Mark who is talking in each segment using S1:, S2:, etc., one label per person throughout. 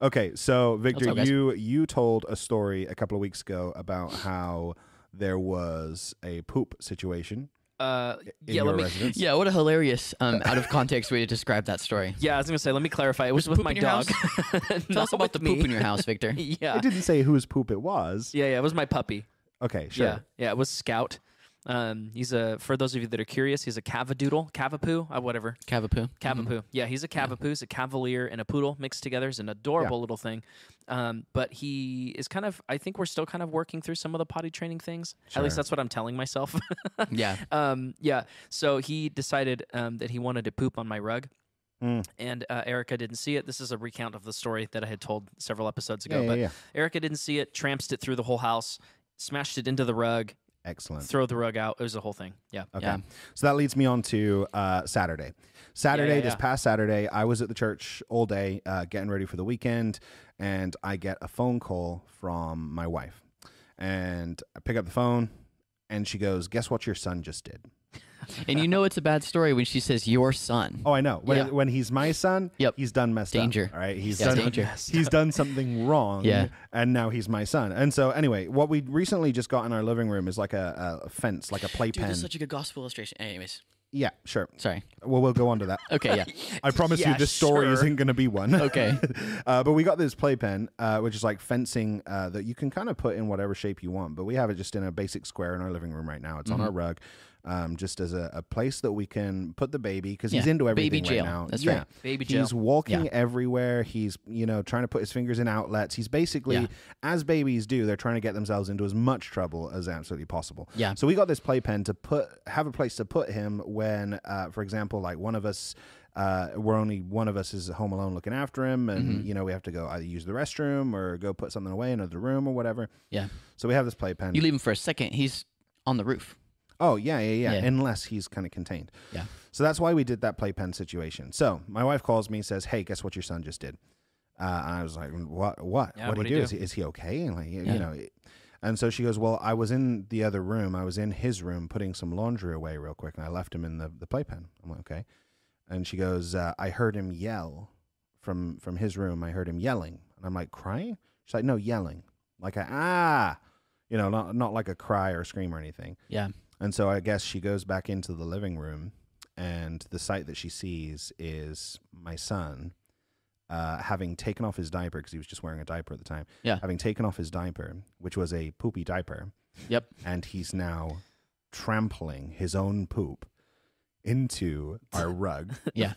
S1: Okay, so Victor,
S2: all, guys.
S1: you you told a story a couple of weeks ago about how there was a poop situation.
S2: Uh,
S1: in
S2: yeah,
S1: your
S2: let me.
S1: residence?
S2: Yeah, what a hilarious um, out of context way to describe that story.
S3: Yeah, I was gonna say. Let me clarify. It was,
S2: Was poop
S3: with my
S2: in your
S3: dog.
S2: Tell us
S3: Not
S2: about the
S3: with
S2: poop
S3: me.
S2: in your house, Victor.
S3: yeah,
S1: I didn't say whose poop it was.
S3: uh, yeah, yeah. It was my puppy.
S1: Okay, sure.
S3: Yeah, yeah. It was Scout. Um, he's a. For those of you that are curious, he's a cavadoodle, cavapoo, uh, whatever.
S2: Cavapoo.
S1: Mm-hmm.
S3: Cavapoo. Yeah, he's a cavapoo. He's a cavalier and a poodle mixed together. He's an adorable little thing. Um, but he is kind of, I think we're still kind of working through some of the potty training things. At
S1: Sure.
S3: least that's what I'm telling myself.
S2: Yeah.
S3: um, yeah. So he decided um, that he wanted to poop on my rug.
S1: Mm.
S3: And uh, Erica didn't see it. This is a recount of the story that I had told several episodes ago.
S1: Yeah, yeah,
S3: but
S1: yeah.
S3: Erica didn't see it, trampsed it through the whole house, smashed it into the rug,
S1: Excellent.
S3: throw the rug out. It was a whole thing. Yeah.
S1: Okay.
S2: Yeah.
S1: So that leads me on to uh, Saturday. Saturday,
S3: yeah,
S1: this
S3: yeah.
S1: past Saturday, I was at the church all day uh, getting ready for the weekend, and I get a phone call from my wife. And I pick up the phone, and she goes, Guess what your son just did?
S2: And you know it's a bad story when she says your son.
S1: Oh, I know. When,
S2: Yeah.
S1: when he's my son,
S2: Yep.
S1: he's done messed
S2: Danger.
S1: up. All right. He's
S2: Yeah,
S1: done
S2: danger.
S1: He's done something wrong.
S2: Yeah.
S1: And now he's my son. And so, anyway, what we recently just got in our living room is like a, a fence, like a
S2: Dude,
S1: playpen.
S2: this is such a good gospel illustration. Anyways,
S1: yeah, sure.
S2: sorry.
S1: Well, we'll go on to that.
S2: Okay, yeah.
S1: I promise you,
S3: Yeah,
S1: this story
S3: sure.
S1: isn't going to be one.
S2: Okay.
S1: uh, but we got this playpen, uh, which is like fencing uh, that you can kind of put in whatever shape you want. But we have it just in a basic square in our living room right now. It's
S2: Mm-hmm.
S1: on our rug, um, just as a, a place that we can put the baby because he's
S2: Yeah.
S1: into everything
S2: Baby jail.
S1: right now.
S2: That's
S1: yeah.
S2: right.
S3: Baby
S1: He's
S3: jail.
S1: walking everywhere. He's you know trying to put his fingers in outlets. He's basically
S2: Yeah.
S1: as babies do. They're trying to get themselves into as much trouble as absolutely possible.
S2: Yeah.
S1: So we got this playpen to put have a place to put him when, uh, for example, like one of us. Uh, we're only one of us is home alone looking after him, and
S2: Mm-hmm.
S1: you know we have to go either use the restroom or go put something away in another room or whatever.
S2: Yeah.
S1: So we have this playpen.
S2: You leave him for a second, he's on the roof.
S1: oh yeah, yeah, yeah,
S2: Yeah.
S1: Unless he's kind of contained.
S2: Yeah.
S1: So that's why we did that playpen situation. So my wife calls me, says, "Hey, guess what your son just did?" Uh, and I was like, "What? What?
S3: Yeah,
S1: what did
S3: what'd
S1: he
S3: he
S1: do?
S3: do?
S1: Is, he, is he okay?" And like, you-
S2: Yeah.
S1: you know. it- And so she goes, "Well, I was in the other room. I was in his room putting some laundry away real quick, and I left him in the the playpen." I'm like, "Okay." And she goes, uh, "I heard him yell from from his room. I heard him yelling." And I'm like, "Crying?" She's like, "No, yelling. Like a ah." You know, not not like a cry or scream or anything.
S2: Yeah.
S1: And so I guess she goes back into the living room, and the sight that she sees is my son uh, having taken off his diaper because he was just wearing a diaper at the time.
S2: Yeah.
S1: Having taken off his diaper, which was a poopy diaper,
S2: Yep.
S1: and he's now trampling his own poop into our rug
S2: Yeah.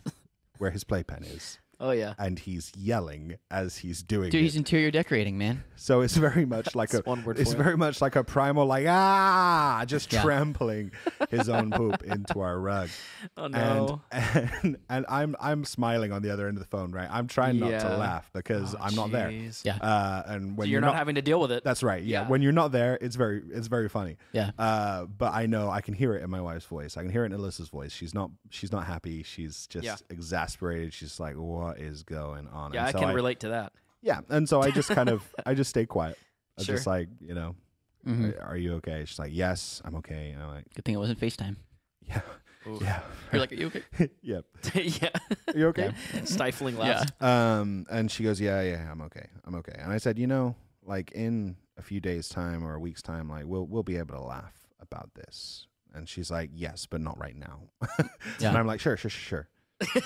S1: where his playpen is.
S3: Oh, yeah.
S1: And he's yelling as he's doing
S2: Dude,
S1: it.
S2: he's interior decorating, man.
S1: So it's very much like a
S3: That's one word
S1: it's
S3: for it.
S1: very much like a primal like ah just
S2: Yeah.
S1: trampling his own poop into our rug.
S3: Oh, no.
S1: And, and and I'm I'm smiling on the other end of the phone, right? I'm trying not to
S3: Yeah.
S1: laugh because
S3: Oh,
S1: I'm not there.
S3: jeez.
S2: Yeah.
S1: Uh, and when
S3: So you're not having to deal with it.
S1: that's right. Yeah.
S3: Yeah.
S1: When you're not there, it's very it's very funny.
S2: Yeah.
S1: Uh, but I know I can hear it in my wife's voice. I can hear it in Alyssa's voice. She's not she's not happy. She's just
S3: Yeah.
S1: exasperated. She's like, what is going on?
S3: yeah,
S1: And
S3: I
S1: so
S3: can relate to that.
S1: yeah, and so I just kind of I just stay quiet. I'm
S3: Sure. Mm-hmm.
S1: just like, you know,
S2: Mhm.
S1: "Are- are you okay? She's like, yes, I'm okay. And I'm like,
S2: Good thing it wasn't FaceTime.
S1: yeah,
S3: Oof.
S1: yeah,
S2: You're like, are you okay?
S1: yep.
S3: yeah.
S1: Are you okay?
S3: Stifling
S2: Yeah.
S3: laughs.
S1: Um, and she goes, yeah, yeah, I'm okay, I'm okay. And I said, you know, like in a few days' time or a week's time, like we'll we'll be able to laugh about this. And she's like, yes, but not right now.
S2: Yeah.
S1: And I'm like, sure, sure, sure, sure.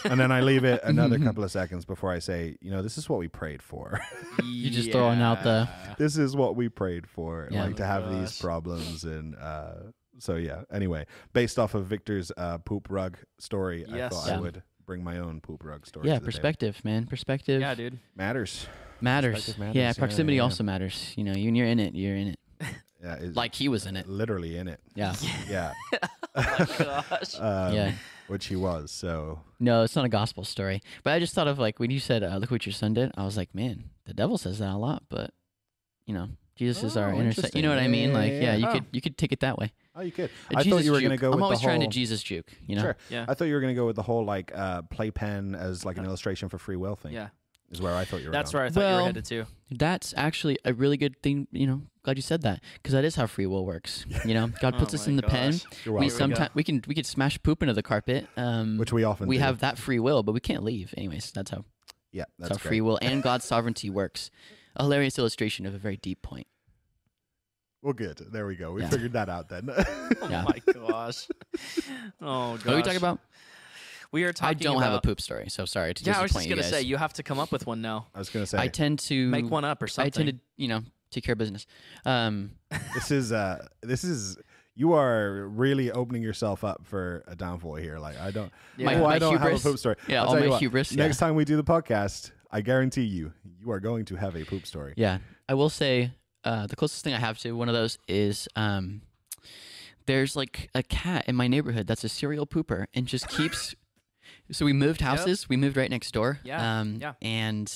S1: and then I leave it another couple of seconds before I say, you know, this is what we prayed for.
S2: You're just throwing out the-
S1: this is what we prayed for
S2: Yeah. Oh
S1: like to have these
S3: Gosh.
S1: problems and uh so yeah anyway based off of victor's uh poop rug story i
S3: Yes.
S1: thought i
S2: Yeah.
S1: would bring my own poop rug story
S2: Yeah,
S1: to the table.
S2: perspective, man. Perspective
S3: Yeah, dude.
S1: matters
S2: matters.
S1: perspective matters. Yeah,
S2: Yeah,
S1: yeah,
S2: proximity
S1: yeah.
S2: also matters. You know, you- when you're in it, you're in it.
S1: yeah it's
S2: Like he was in it.
S1: literally in it
S2: Yeah.
S1: yeah
S3: Oh Gosh.
S1: um,
S2: Yeah.
S1: which he was so
S2: No, it's not a gospel story. But I just thought of like when you said, uh, "Look what your son did." I was like, "Man, the devil says that a lot." But you know, Jesus is our
S1: Oh,
S2: intercessor. You know what I
S1: interesting.
S2: mean?
S1: Yeah,
S2: like,
S1: yeah,
S2: yeah,
S1: yeah.
S2: you
S3: Oh.
S2: could you could take it that way.
S1: oh you could
S2: A
S1: i thought
S2: Jesus
S1: you were going to
S2: juke.
S1: go
S2: I'm
S1: with
S2: always
S1: the whole
S2: trying to Jesus juke. You know?
S1: Sure.
S3: Yeah.
S1: i thought you were going to go with the whole like uh playpen as like an illustration for free will thing
S3: Yeah.
S1: is where i thought you were
S3: That's
S1: going.
S3: where I thought you were
S2: Well-
S3: headed to.
S2: That's actually a really good thing. You know, glad you said that because that is how free will works. You know, God puts
S3: Oh
S2: us
S3: my
S2: in the pen.
S3: gosh.
S1: You're
S2: we
S1: welcome.
S2: sometimes we can we could smash poop into the carpet. Um,
S1: which we often
S2: we
S1: do.
S2: have that free will, but we can't leave. Anyways, that's how.
S1: Yeah,
S2: That's
S1: that's
S2: how free
S1: great.
S2: will and God's sovereignty works. A hilarious illustration of a very deep point.
S1: Well, good. There we go. We
S2: Yeah.
S1: figured that out then.
S3: Oh
S2: Yeah.
S3: my gosh. Oh gosh.
S2: What are we talking about?
S3: We are
S2: I
S3: talking
S2: don't have a
S3: about-
S2: poop story, so sorry to
S3: Yeah, I was
S2: disappoint
S3: just
S2: you
S3: gonna
S2: guys.
S3: say you have to come up with one now.
S1: I was going to say
S2: I tend to
S3: Make one up or something.
S2: I tend to, you know, take care of business. Um,
S1: this is uh this is you are really opening yourself up for a downfall here. Like I don't
S2: My-
S1: oh,
S2: my
S1: I don't
S2: hubris-
S1: have a poop story.
S2: yeah,
S1: I'll
S2: all
S1: tell you
S2: my
S1: what,
S2: hubris,
S1: Next time we do the podcast, I guarantee you, you are going to have a poop story.
S2: yeah, I will say uh, the closest thing I have to one of those is um, there's like a cat in my neighborhood that's a serial pooper and just keeps. so we moved houses. We moved right next door.
S3: Yeah,
S2: Um,
S3: yeah.
S2: And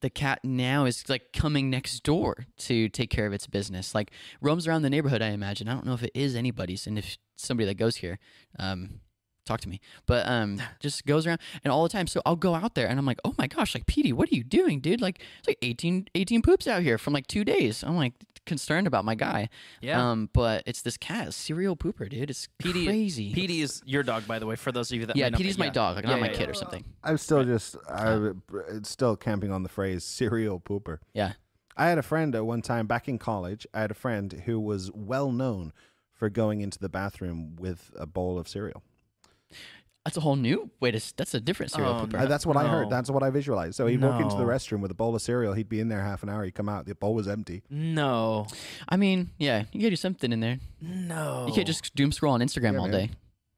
S2: the cat now is like coming next door to take care of its business. Like roams around the neighborhood. I imagine. I don't know if it is anybody's, and if somebody that goes here. Um, talk to me but um just goes around and all the time so i'll go out there and i'm like oh my gosh like Petey, what are you doing dude like it's like 18 18 poops out here from like two days i'm like concerned about my guy
S3: Yeah.
S2: um but it's this cat a serial pooper dude it's
S3: Petey-
S2: crazy
S3: PD is your dog, by the way, for those of you that
S2: yeah
S3: may not
S2: Petey's
S3: be-
S2: my
S3: yeah.
S2: dog like
S3: Yeah,
S2: not my
S3: yeah,
S2: kid
S3: yeah.
S2: or something
S1: I'm still just I, it's still camping on the phrase serial pooper.
S2: yeah
S1: I had a friend at one time back in college. I had a friend who was well known for going into the bathroom with a bowl of cereal.
S2: that's a whole new way to s- that's a different serial
S3: Oh,
S2: pooper
S1: Uh, that's what I heard.
S3: No.
S1: That's what I visualized. So he'd walk into the
S3: No.
S1: restroom with a bowl of cereal. He'd be in there half an hour. He'd come out. The bowl was empty.
S3: No.
S2: i mean yeah you gotta do something in there
S3: No.
S2: you can't just doom scroll on instagram
S1: Yeah,
S2: all
S1: man.
S2: day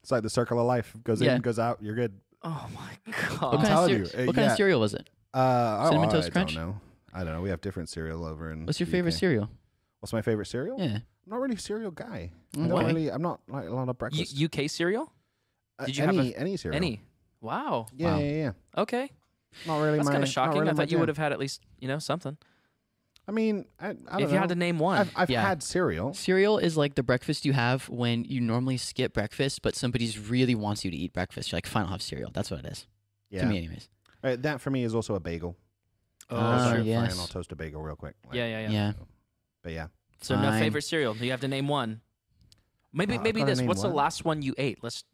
S1: It's like the circle of life. Goes
S2: Yeah.
S1: in, goes out. You're good.
S3: Oh my
S2: what,
S3: god.
S1: Okay.
S2: kind of,
S1: telling you,
S2: cere-
S1: uh,
S2: what kind
S1: yeah.
S2: of cereal was it
S1: Uh, oh,
S2: Cinnamon
S1: I
S2: Toast Crunch?
S1: don't know. I don't know. We have different cereal over in.
S2: what's your
S1: the
S2: favorite
S1: UK.
S2: cereal
S1: What's my favorite cereal?
S2: yeah
S1: I'm not really a cereal guy. I
S2: Why?
S1: don't really. I'm not like a lot of breakfast.
S3: U- UK cereal?
S1: Uh,
S3: did you have
S1: any
S3: a-
S1: any cereal?
S3: Any? Wow.
S1: Yeah,
S2: Wow.
S1: yeah, yeah.
S3: Okay.
S1: Not really.
S3: That's
S1: my-
S3: kind of
S1: not
S3: shocking.
S1: really
S3: I
S1: my
S3: thought you
S1: jam.
S3: would have had at least you know something.
S1: I mean, I, I don't know.
S3: if you had to name one,
S1: I've, I've
S2: Yeah.
S1: had cereal.
S2: Cereal is like the breakfast you have when you normally skip breakfast, but somebody's really wants you to eat breakfast. You're like, fine, I'll have cereal. That's what it is. To
S1: Yeah.
S2: me, anyways.
S1: Uh, that for me is also a bagel.
S3: Oh,
S2: Uh,
S1: Sorry,
S3: sure.
S2: yeah. yes.
S1: Fine, I'll toast a bagel real quick. Like,
S3: yeah, yeah,
S2: Yeah.
S3: yeah,
S1: But yeah.
S3: So no
S2: Fine.
S3: favorite cereal. You have to name one. Maybe
S1: Uh, I've
S3: maybe
S1: gotta
S3: this.
S1: name
S3: What's the
S1: one.
S3: last one you ate? Let's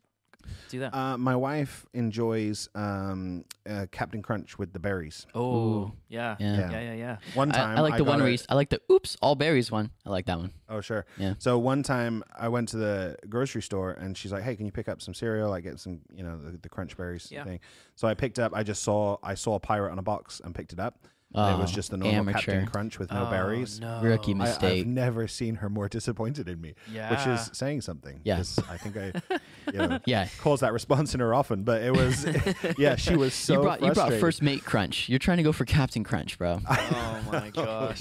S3: do that.
S1: Uh, my wife enjoys um, uh, Captain Crunch with the berries.
S3: oh
S2: ooh.
S3: yeah.
S2: Yeah.
S1: Yeah.
S3: yeah, yeah, yeah.
S1: One
S2: I,
S1: time,
S2: I like the
S1: got
S2: one
S1: a-
S2: where you, I like the oops, all berries one. I like that one.
S1: Oh sure.
S2: Yeah.
S1: So one time I went to the grocery store and she's like, "Hey, can you pick up some cereal? Like get some, you know, the, the crunch berries
S3: Yeah.
S1: thing." So I picked up. I just saw I saw a pirate on a box and picked it up. and it was
S2: Oh,
S1: just the normal Captain
S2: amateur.
S1: Crunch with no
S3: Oh,
S1: berries.
S3: No.
S2: Rookie
S1: I,
S2: mistake.
S1: I've never seen her more disappointed in me,
S3: Yeah.
S1: which is saying something.
S2: Yeah.
S1: 'cause I think I, you know,
S2: yeah.
S1: cause that response in her often, but it was, yeah, she was so
S2: you brought you brought
S1: frustrated.
S2: first mate crunch. You're trying to go for Captain Crunch, bro.
S3: Oh my gosh.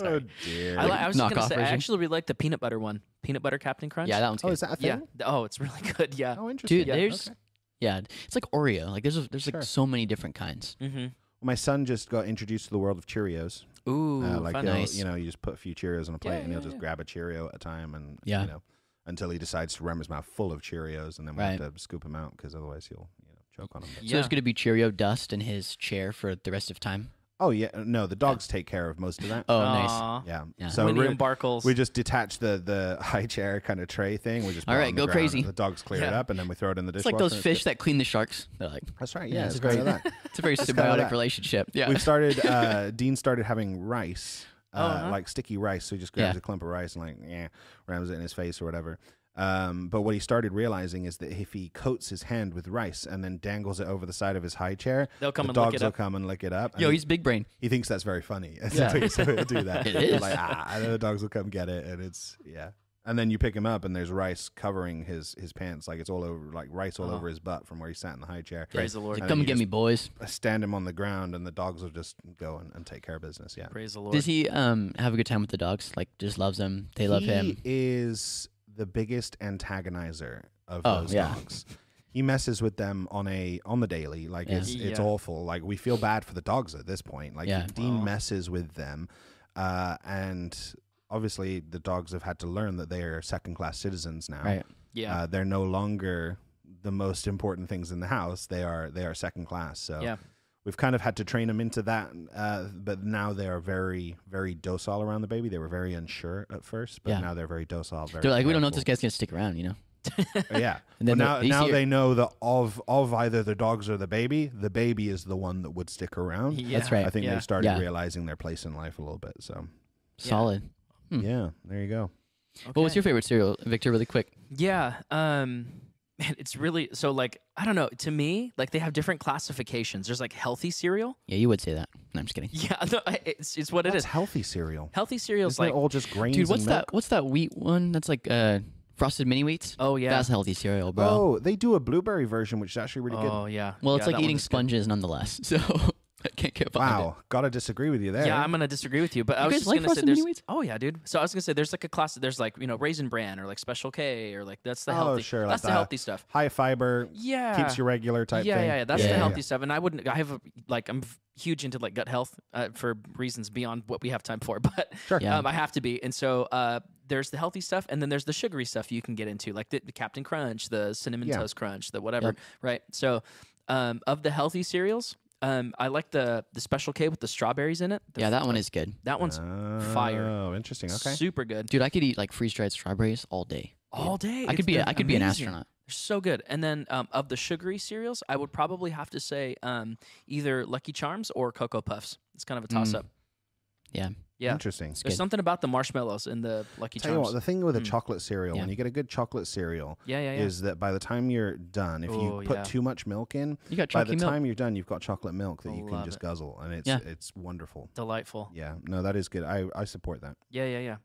S1: Oh dear.
S3: I, li- I was just
S2: knockoff
S3: gonna say, I
S2: version.
S3: actually really like the peanut butter one. Peanut butter Captain Crunch.
S2: yeah, that one's
S1: oh,
S2: good.
S1: is that a thing?
S3: yeah. Th- Oh, it's really good. Yeah.
S1: Oh, interesting.
S2: Dude, there's
S1: Okay.
S2: yeah, it's like Oreo. Like there's a, there's
S1: Sure.
S2: like so many different kinds.
S3: Mm-hmm.
S1: my son just got introduced to the world of Cheerios.
S3: Ooh,
S1: Uh, like
S3: fun.
S1: he'll-
S2: Nice.
S1: you know, you just put a few Cheerios on a plate,
S3: Yeah,
S1: and he'll
S3: yeah,
S1: just
S3: yeah.
S1: grab a Cheerio at a time, and
S2: Yeah.
S1: you know, until he decides to ram his mouth full of Cheerios, and then we have to scoop him out because otherwise he'll you know choke on them.
S2: So there's gonna be Cheerio dust in his chair for the rest of time.
S1: Oh yeah, uh, no, the dogs take care of most of that.
S2: Oh, nice.
S1: Yeah.
S2: Yeah.
S1: so
S3: Winnie
S1: we're-
S3: and Barkles.
S1: we just detach the the high chair kind of tray thing. We just put
S2: All
S1: it
S2: right,
S1: on the
S2: go
S1: ground,
S2: crazy.
S1: and The dogs clear it
S3: Yeah.
S1: up, and then we throw it in the
S2: It's
S1: dishwasher.
S2: like those
S1: and good.
S2: fish that clean the sharks. They're like,
S1: That's right.
S2: Yeah,
S1: Yeah,
S2: it's
S1: it's kind of
S2: great.
S1: that.
S2: it's a very
S1: kinda
S2: symbiotic
S1: that.
S2: relationship. Yeah.
S1: We've started. Uh, Dean started having rice, uh,
S3: Uh-huh.
S1: like sticky rice. So he just grabs
S2: Yeah.
S1: a clump of rice and like, yeah, rams it in his face or whatever. Um, but what he started realizing is that if he coats his hand with rice and then dangles it over the side of his high chair,
S3: They'll come
S1: the
S3: and lick
S1: dogs
S3: it
S1: will
S3: up.
S1: come and lick it up. and
S2: Yo,
S1: he-
S2: he's big brain.
S1: he thinks that's very funny. And
S2: Yeah.
S1: so, so he'll do that.
S2: It
S1: He's
S2: is.
S1: Like, ah, and then the dogs will come get it. And it's, yeah. And then you pick him up and there's rice covering his, his pants. Like it's all over, like rice all
S3: Oh.
S1: over his butt from where he sat in the high chair.
S3: Praise the
S2: He's
S3: Lord.
S2: like,
S1: And
S2: Come
S1: you
S2: and get
S1: just-
S2: me, boys.
S1: Stand him on the ground and the dogs will just go and, and take care of business. Yeah.
S3: Praise the Lord.
S2: Does he um have a good time with the dogs? Like, just loves them. They love
S1: he
S2: him.
S1: is the biggest antagonizer of
S2: Oh,
S1: those
S2: yeah.
S1: dogs. He messes with them on a on the daily. Like
S2: Yeah.
S1: it's it's
S3: Yeah.
S1: awful. Like we feel bad for the dogs at this point. Like
S2: Yeah.
S1: Dean
S3: Wow.
S1: messes with them, uh, and obviously the dogs have had to learn that they are second class citizens now.
S2: Right.
S3: yeah.
S1: Uh, they're no longer the most important things in the house. They are they are second class. Uh, So
S3: Yeah.
S1: we've kind of had to train them into that. Uh, but now they are very very docile around the baby. They were very unsure at first, but
S2: Yeah.
S1: now they're very docile. Very
S2: They're like, we don't know if
S1: careful."
S2: this guy's gonna stick around. You know.
S1: yeah.
S2: And then
S1: But now,
S2: the-
S1: now
S2: easier-
S1: they know that of of either the dogs or the baby, the baby is the one that would stick around.
S2: That's right.
S1: I think
S3: yeah.
S1: they started
S2: Yeah.
S1: realizing their place in life a little bit. So
S3: Yeah.
S2: Solid. Hmm.
S1: yeah, there you go.
S2: What was your favorite cereal, Victor? Really quick.
S3: Yeah. Um man, it's really so like I don't know, to me, like they have different classifications. There's like healthy cereal.
S2: Yeah, you would say that. No, I'm just kidding.
S3: Yeah, no, I- it's it's what it
S1: That's
S3: is.
S1: healthy cereal.
S3: Healthy cereals
S1: Isn't
S3: like
S1: it all just grains?
S2: Dude, what's
S1: and milk?
S2: that? What's that wheat one? That's like uh, frosted mini wheats.
S3: Oh yeah.
S2: That's healthy cereal, bro.
S1: Oh, they do a blueberry version, which is actually really good.
S3: oh yeah.
S2: well, it's
S3: Yeah, that
S2: like
S3: one
S2: eating
S3: is good.
S2: sponges, nonetheless. So I can't get behind it.
S1: Wow, gotta disagree with you there.
S3: Yeah, I'm gonna disagree with you, but I
S2: You
S3: was
S2: guys
S3: just
S2: like
S3: gonna say
S2: Frosted
S3: there's.
S2: Mini Wheats?
S3: Oh yeah, dude. So I was gonna say there's like a class. There's like you know raisin bran or like Special K or like that's the
S1: Oh,
S3: healthy.
S1: sure, like
S3: that's the
S1: that.
S3: healthy stuff.
S1: High fiber
S3: Yeah.
S1: keeps you regular type
S3: yeah,
S1: thing.
S3: yeah, yeah. That's
S2: Yeah,
S3: the
S2: yeah,
S3: healthy stuff, and I wouldn't. I have a, like I'm f- huge into like gut health uh, for reasons beyond what we have time for, but
S1: Sure.
S2: Yeah.
S3: um, I have to be. And so uh, there's the healthy stuff, and then there's the sugary stuff you can get into, like the, the Captain Crunch, the Cinnamon
S1: Yeah.
S3: Toast Crunch, the whatever, right? So um, of the healthy cereals, um, I like the the Special K with the strawberries in it. The
S2: Yeah,
S3: f-
S2: that one is good,
S3: that one's fire.
S1: Oh, interesting. Okay.
S3: super good
S2: dude. I could eat like freeze dried strawberries all day.
S3: all day.
S2: I
S3: It's-
S2: could be. A,
S3: they're
S2: I could be an
S3: amazing.
S2: astronaut.
S3: They're so good. And then um, of the sugary cereals, I would probably have to say um, either Lucky Charms or Cocoa Puffs. It's kind of a
S1: Mm,
S3: toss up.
S2: Yeah.
S3: Yeah.
S1: Interesting.
S3: There's
S2: Mm. good.
S3: something about the marshmallows in the Lucky
S1: Tell you
S3: Charms.
S1: what, the thing with a
S3: Mm.
S1: chocolate cereal, when
S2: Yeah.
S1: you get a good chocolate cereal,
S3: yeah, yeah, yeah.
S1: is that by the time you're done, if
S3: Oh,
S1: you put
S3: yeah.
S1: too much milk in,
S2: You got
S1: by
S2: chunky
S1: the
S2: milk.
S1: time you're done, you've got chocolate milk that you
S3: Love
S1: can just
S3: it.
S1: guzzle, and it's
S2: Yeah.
S1: it's wonderful.
S3: Delightful.
S1: Yeah, no, that is good. I, I support that.
S3: Yeah, yeah, yeah.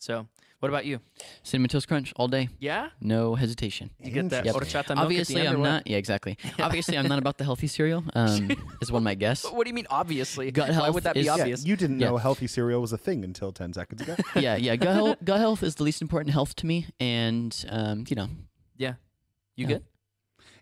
S3: So, what about you?
S2: Cinnamon toast crunch all day.
S3: Yeah,
S2: No hesitation.
S3: you get that
S1: Interesting.
S3: horchata milk
S2: Obviously,
S3: at the end
S2: I'm
S3: or what?
S2: not. Yeah, exactly. Obviously, I'm not about the healthy cereal. Um, is one might guess.
S3: But what do you mean? Obviously,
S2: Gut
S3: why
S2: health
S3: would that be
S2: is- Yeah,
S1: Yeah,
S3: obvious?
S1: you didn't
S2: Yeah.
S1: know healthy cereal was a thing until ten seconds ago.
S2: Yeah, yeah. Gut health, gut health is the least important health to me, and um, you know, Yeah.
S3: You good?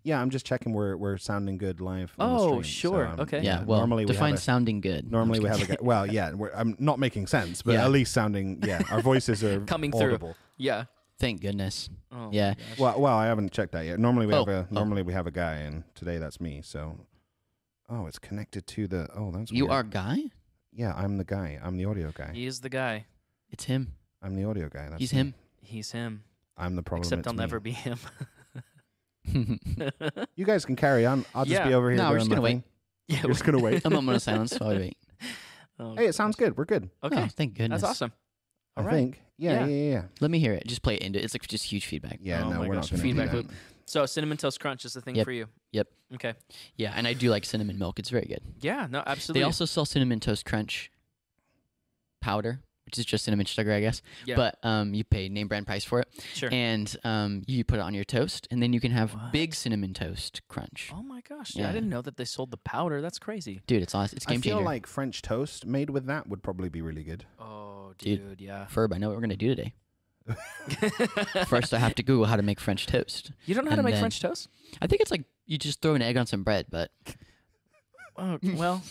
S1: yeah, I'm just checking we're we're sounding good live. on the
S3: Oh,
S1: stream, so,
S3: sure.
S1: um,
S3: Okay.
S2: yeah. Well,
S1: normally we have
S2: define
S1: a-
S2: sounding good. No, I'm
S1: Normally
S2: just
S1: we have a
S2: kidding.
S1: guy, well, yeah. We're, I'm not making sense, but
S2: Yeah.
S1: at least sounding yeah. Our voices are
S3: Coming through.
S1: audible.
S3: Yeah.
S2: Thank goodness.
S3: Oh,
S2: Yeah.
S3: gosh.
S1: Well, well, I haven't checked that yet. Normally we
S2: Oh,
S1: have a
S2: oh.
S1: normally we have a guy, and today that's me. So, oh, it's connected to the. Oh, that's
S2: You
S1: weird.
S2: are guy.
S1: Yeah, I'm the guy. I'm the audio guy.
S3: he is the guy.
S2: It's him.
S1: I'm the audio guy. That's
S2: He's
S1: me.
S2: him.
S3: He's him.
S1: I'm the problem.
S3: Except
S1: it's
S3: I'll
S1: me.
S3: never be him.
S2: a
S1: You guys can carry on. I'll just be
S3: Yeah.
S1: over here.
S2: No, we're
S1: doing
S2: just
S1: my
S2: gonna wait.
S1: thing.
S3: yeah.
S1: We're just gonna wait.
S2: moment of silence while we wait.
S3: Oh,
S1: Hey, it sounds good. We're good.
S3: okay.
S2: Oh, thank goodness.
S3: That's awesome. All
S1: I
S3: right.
S1: think. Yeah, yeah,
S3: Yeah.
S1: yeah, yeah.
S2: Let me hear it. Just play it into. It's like just huge feedback.
S1: Yeah,
S3: Oh
S1: no,
S3: my
S1: we're
S3: gosh,
S1: not gonna
S3: feedback
S1: do that.
S3: loop. So cinnamon toast crunch is the thing
S2: Yep.
S3: for you.
S2: Yep.
S3: Okay.
S2: Yeah, and I do like cinnamon milk. It's very good.
S3: Yeah. No.
S2: They
S3: Absolutely.
S2: also sell cinnamon toast crunch powder, which is just cinnamon sugar, I guess.
S3: Yeah.
S2: But um, you pay name brand price for it,
S3: sure.
S2: and um, you put it on your toast, and then you can have
S3: What?
S2: big cinnamon toast crunch.
S3: oh my gosh! dude, I
S2: Yeah.
S3: didn't know that they sold the powder. That's crazy.
S2: Dude, it's awesome. It's a
S1: I
S2: game
S1: feel
S2: changer.
S1: like French toast made with that would probably be really good.
S3: Oh, dude.
S2: Dude.
S3: Yeah.
S2: Ferb, I know what we're gonna do today. First, I have to Google how to make French toast.
S3: you don't know how to
S2: and
S3: make
S2: then-
S3: French toast?
S2: I think it's like you just throw an egg on some bread, but
S3: Oh, well,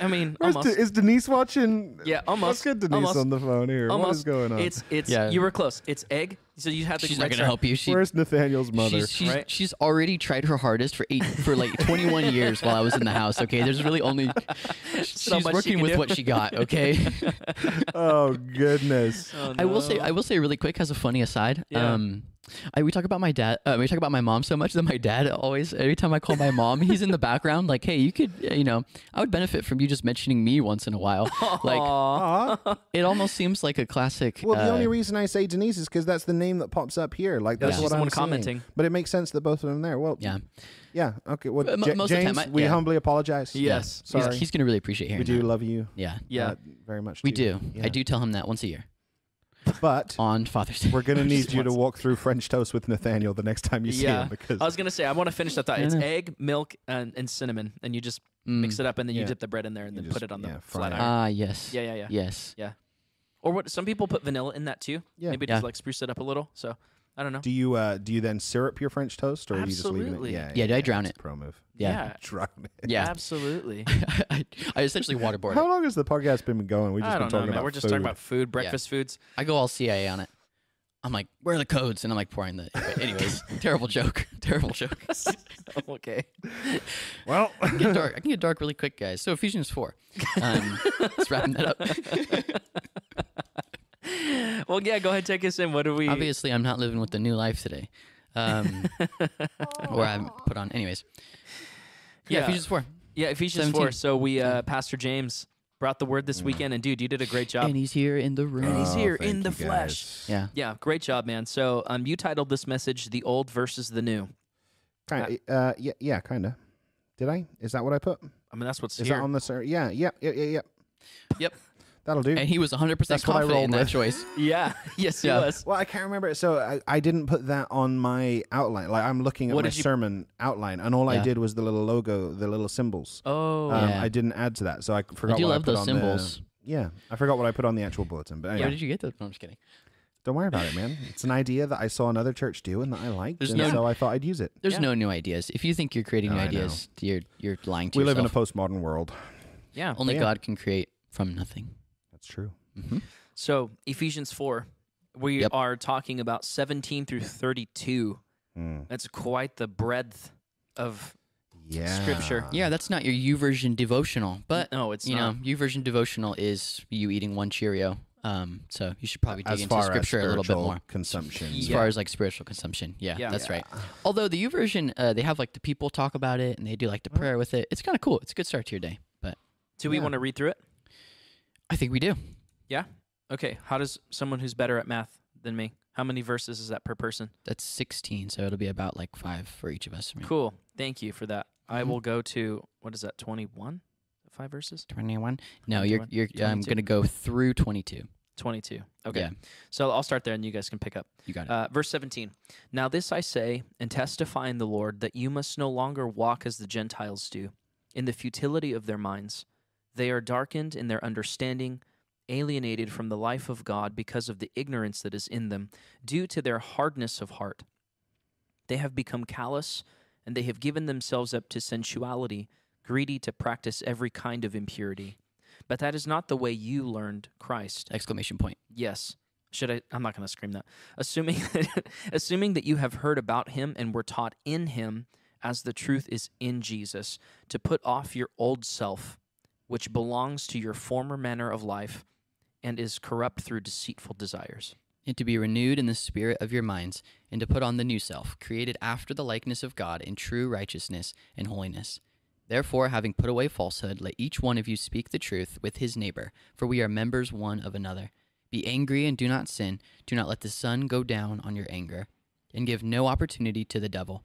S3: I mean,
S1: Where's
S3: almost.
S1: De- is Denise watching?
S3: Yeah, almost.
S1: Let's get Denise
S3: Almost.
S1: on the phone here. what
S3: Almost.
S1: is going on?
S3: It's it's
S2: Yeah.
S3: you were close. It's egg. So you have to.
S2: she's not gonna help you. She,
S1: Where's Nathaniel's mother?
S2: she's she's,
S3: right?
S2: she's already tried her hardest for eight for like 21 years while I was in the house. Okay, there's really only she's
S3: much she
S2: working
S3: can
S2: with
S3: do.
S2: what she got. Okay,
S1: oh goodness.
S3: Oh,
S2: I will
S1: Oh,
S2: say I will say really quick as a funny aside.
S3: Yeah.
S2: Um, I, we talk about my dad. Uh, we talk about my mom so much that my dad always every time I call my mom, he's in the background like, hey, you could uh, you know I would benefit from you just mentioning me once in a while. like
S1: Aw.
S2: it almost seems like a classic.
S1: Well, the
S2: uh,
S1: only reason I say Denise is because that's the name that pops up here. Like that's
S2: Yeah.
S1: what
S3: She's the
S1: I'm
S3: one
S1: seeing.
S3: commenting.
S1: But it makes sense that both of them there. Well,
S2: yeah,
S1: yeah. Okay. Well,
S2: Uh, mo-
S1: Ja-
S2: most of the
S1: James,
S2: time I-
S1: we
S2: yeah.
S1: humbly apologize.
S3: Yes.
S2: He's-
S1: Sorry.
S2: He's, gonna really appreciate hearing
S1: we do
S2: that.
S1: love you.
S2: Yeah,
S3: yeah.
S1: uh, very much.
S2: we
S1: too.
S2: do.
S1: Yeah.
S2: I do tell him that once a year
S1: But
S2: on Father's Day.
S1: we're gonna need you to
S3: once.
S1: walk through French toast with Nathaniel the next time you see
S3: Yeah.
S1: him because
S3: I was gonna say I want to finish that thought.
S2: I
S3: It's
S2: know.
S3: egg, milk, and, and cinnamon, and you just
S2: Mm.
S3: mix it up, and then
S1: Yeah.
S3: you dip the bread in there, and
S1: You
S3: then
S1: just-
S3: put it on the
S1: yeah, fry
S3: flat
S1: it.
S3: iron.
S2: Ah, yes.
S3: yeah, yeah, yeah,
S2: Yes.
S3: Or what? Some people put vanilla in that too.
S1: Yeah.
S3: Maybe
S2: Yeah.
S3: just like spruce it up a little. So I don't know.
S1: do you uh, do you then syrup your French toast or are you just leaving it?
S3: Absolutely. Uh,
S1: Yeah.
S2: Yeah, do I drown
S1: it's a Pro move.
S2: Yeah.
S1: Drown it.
S2: Yeah.
S3: Absolutely.
S2: I, I essentially waterboard
S1: How
S2: it.
S1: long has the podcast been going? We just
S3: I
S1: been
S3: don't know,
S1: talking
S3: man.
S1: about
S3: We're just talking
S1: food.
S3: about food, breakfast foods.
S2: I go all CIA on it. I'm like, where are the codes? And I'm like pouring the. but Anyways, terrible joke. Terrible joke.
S3: okay.
S1: Well,
S2: Get dark. I can get dark really quick, guys. So Ephesians four. Um, let's wrapping that up.
S3: Well, yeah. Go ahead, take us in. What do we?
S2: Obviously, I'm not living with the new life today. um, or I'm put on. Anyways, yeah,
S3: Yeah.
S2: Ephesians four,
S3: Yeah, Ephesians 4.
S2: 17.
S3: So we, uh, Pastor James brought the word
S1: Mm.
S3: this weekend, and dude, you did a great job.
S2: and he's here in the room.
S3: he's here in the
S1: Oh, thank you guys.
S3: flesh.
S2: yeah,
S3: yeah, great job, man. So um, you titled this message "The Old versus the New."
S1: Kind of, uh, yeah, yeah, kind of. Did I? Is that what I put?
S3: I mean, that's what's
S1: Is
S3: here.
S1: that on the ser- Yeah, yeah, yeah, yeah, yeah.
S2: Yep.
S1: That'll do.
S2: and he was 100 percent
S1: That's what I
S2: confident in
S1: rolled
S2: that
S1: with.
S2: choice.
S3: yeah, yes,
S2: Yeah.
S3: it was.
S1: Well, I can't remember. So I, I didn't put that on my outline. Like I'm looking at
S3: What
S1: my
S3: did you-
S1: sermon outline, and all I
S2: Yeah.
S1: did was the little logo, the little symbols.
S3: Oh,
S1: Um,
S2: Yeah.
S1: I didn't add to that, so I
S2: I
S1: forgot.
S2: do
S1: what
S2: love
S1: put
S2: those
S1: on the-
S2: symbols.
S1: yeah, I forgot what I put on the actual bulletin. But
S2: Where
S1: anyway,
S2: did you get those? No, I'm just kidding.
S1: don't worry about it, man. It's an idea that I saw another church do and that I liked,
S2: There's
S1: and
S2: no-
S1: so I thought I'd use it.
S2: There's
S3: Yeah.
S2: no new ideas. If you think you're creating new
S1: I know.
S2: ideas, you're you're lying to
S1: We
S2: yourself.
S1: live in a postmodern world.
S3: yeah.
S2: Only
S1: yeah.
S2: God can create from nothing.
S1: That's true.
S2: hmm
S3: So Ephesians four, we
S2: Yep.
S3: are talking about 17 through 32.
S1: Mm.
S3: That's quite the breadth of.
S1: Yeah.
S3: Scripture.
S2: Yeah, that's not your U version devotional, but
S3: no, it's
S2: you
S3: not.
S2: know, U version devotional is you eating one Cheerio. Um, so you should probably dig
S1: As
S2: into
S1: far
S2: scripture
S1: as
S2: a little bit
S1: spiritual
S2: more.
S1: Consumption.
S2: As
S3: Yeah.
S2: far as like spiritual consumption, yeah,
S3: Yeah.
S2: that's right. Although the U version, uh, they have like the people talk about it and they do like the prayer with it. It's kind of cool. It's a good start to your day. But
S3: Do we
S1: Yeah.
S3: want to read through it?
S2: I think we do.
S3: Okay. How does someone who's better at math than me? How many verses is that per person?
S2: That's 16, so it'll be about like five for each of us. I mean,
S3: Cool. Thank you for that. I
S2: Mhm.
S3: will go to what is that? 21? Five verses?
S2: 21. No, you're you're. I'm
S3: 22.
S2: gonna go through 22.
S3: 22. Okay.
S2: Yeah,
S3: So I'll start there and you guys can pick up.
S2: you got it.
S3: Uh, verse 17. Now this I say and testify in the Lord that you must no longer walk as the Gentiles do, in the futility of their minds. They are darkened in their understanding, alienated from the life of God because of the ignorance that is in them, due to their hardness of heart. They have become callous, and they have given themselves up to sensuality, greedy to practice every kind of impurity. But that is not the way you learned Christ.
S2: Exclamation point.
S3: Yes. Should I? I'm not going to scream that. Assuming, assuming that you have heard about him and were taught in him, as the truth is in Jesus, to put off your old self, which belongs to your former manner of life, and is corrupt through deceitful desires.
S2: and to be renewed in the spirit of your minds, and to put on the new self, created after the likeness of God in true righteousness and holiness. Therefore, having put away falsehood, let each one of you speak the truth with his neighbor, for we are members one of another. Be angry and do not sin. Do not let the sun go down on your anger, and give no opportunity to the devil.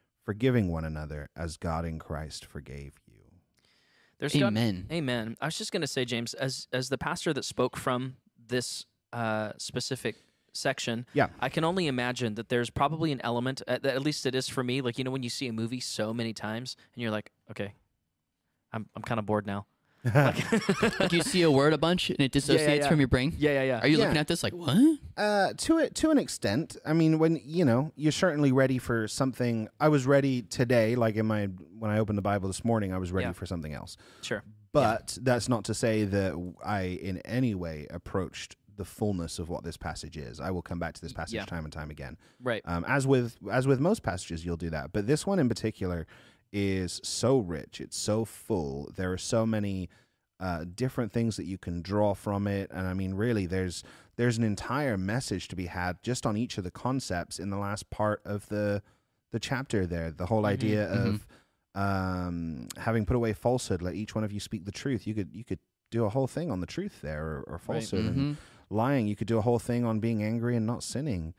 S1: forgiving one another, as God in Christ forgave you.
S3: There's got-
S2: Amen.
S3: Amen. I was just going to say, James, as as the pastor that spoke from this uh, specific section,
S1: Yeah.
S3: I can only imagine that there's probably an element at, at least it is for me. Like you know, when you see a movie so many times, and you're like, okay, I'm I'm kind of bored now. Like-
S2: like you see a word a bunch and it dissociates
S3: yeah.
S2: from your brain.
S3: yeah, yeah, yeah.
S2: Are you
S1: Yeah.
S2: looking at this like what?
S1: Uh, to it to an extent. I mean, when you know, you're certainly ready for something. I was ready today, like in my when I opened the Bible this morning, I was ready
S3: Yeah.
S1: for something else.
S3: sure.
S1: But that's not to say that I in any way approached the fullness of what this passage is. I will come back to this passage
S3: Yeah.
S1: time and time again.
S3: Right.
S1: Um, as with as with most passages, you'll do that, but this one in particular is so rich. It's so full. There are so many uh, different things that you can draw from it, and I mean, really, there's there's an entire message to be had just on each of the concepts in the last part of the the chapter. There, the whole idea of um, having put away falsehood, let each one of you speak the truth. You could you could do a whole thing on the truth there, or, or falsehood and
S2: Mhm.
S1: lying. You could do a whole thing on being angry and not sinning.
S2: Mhm.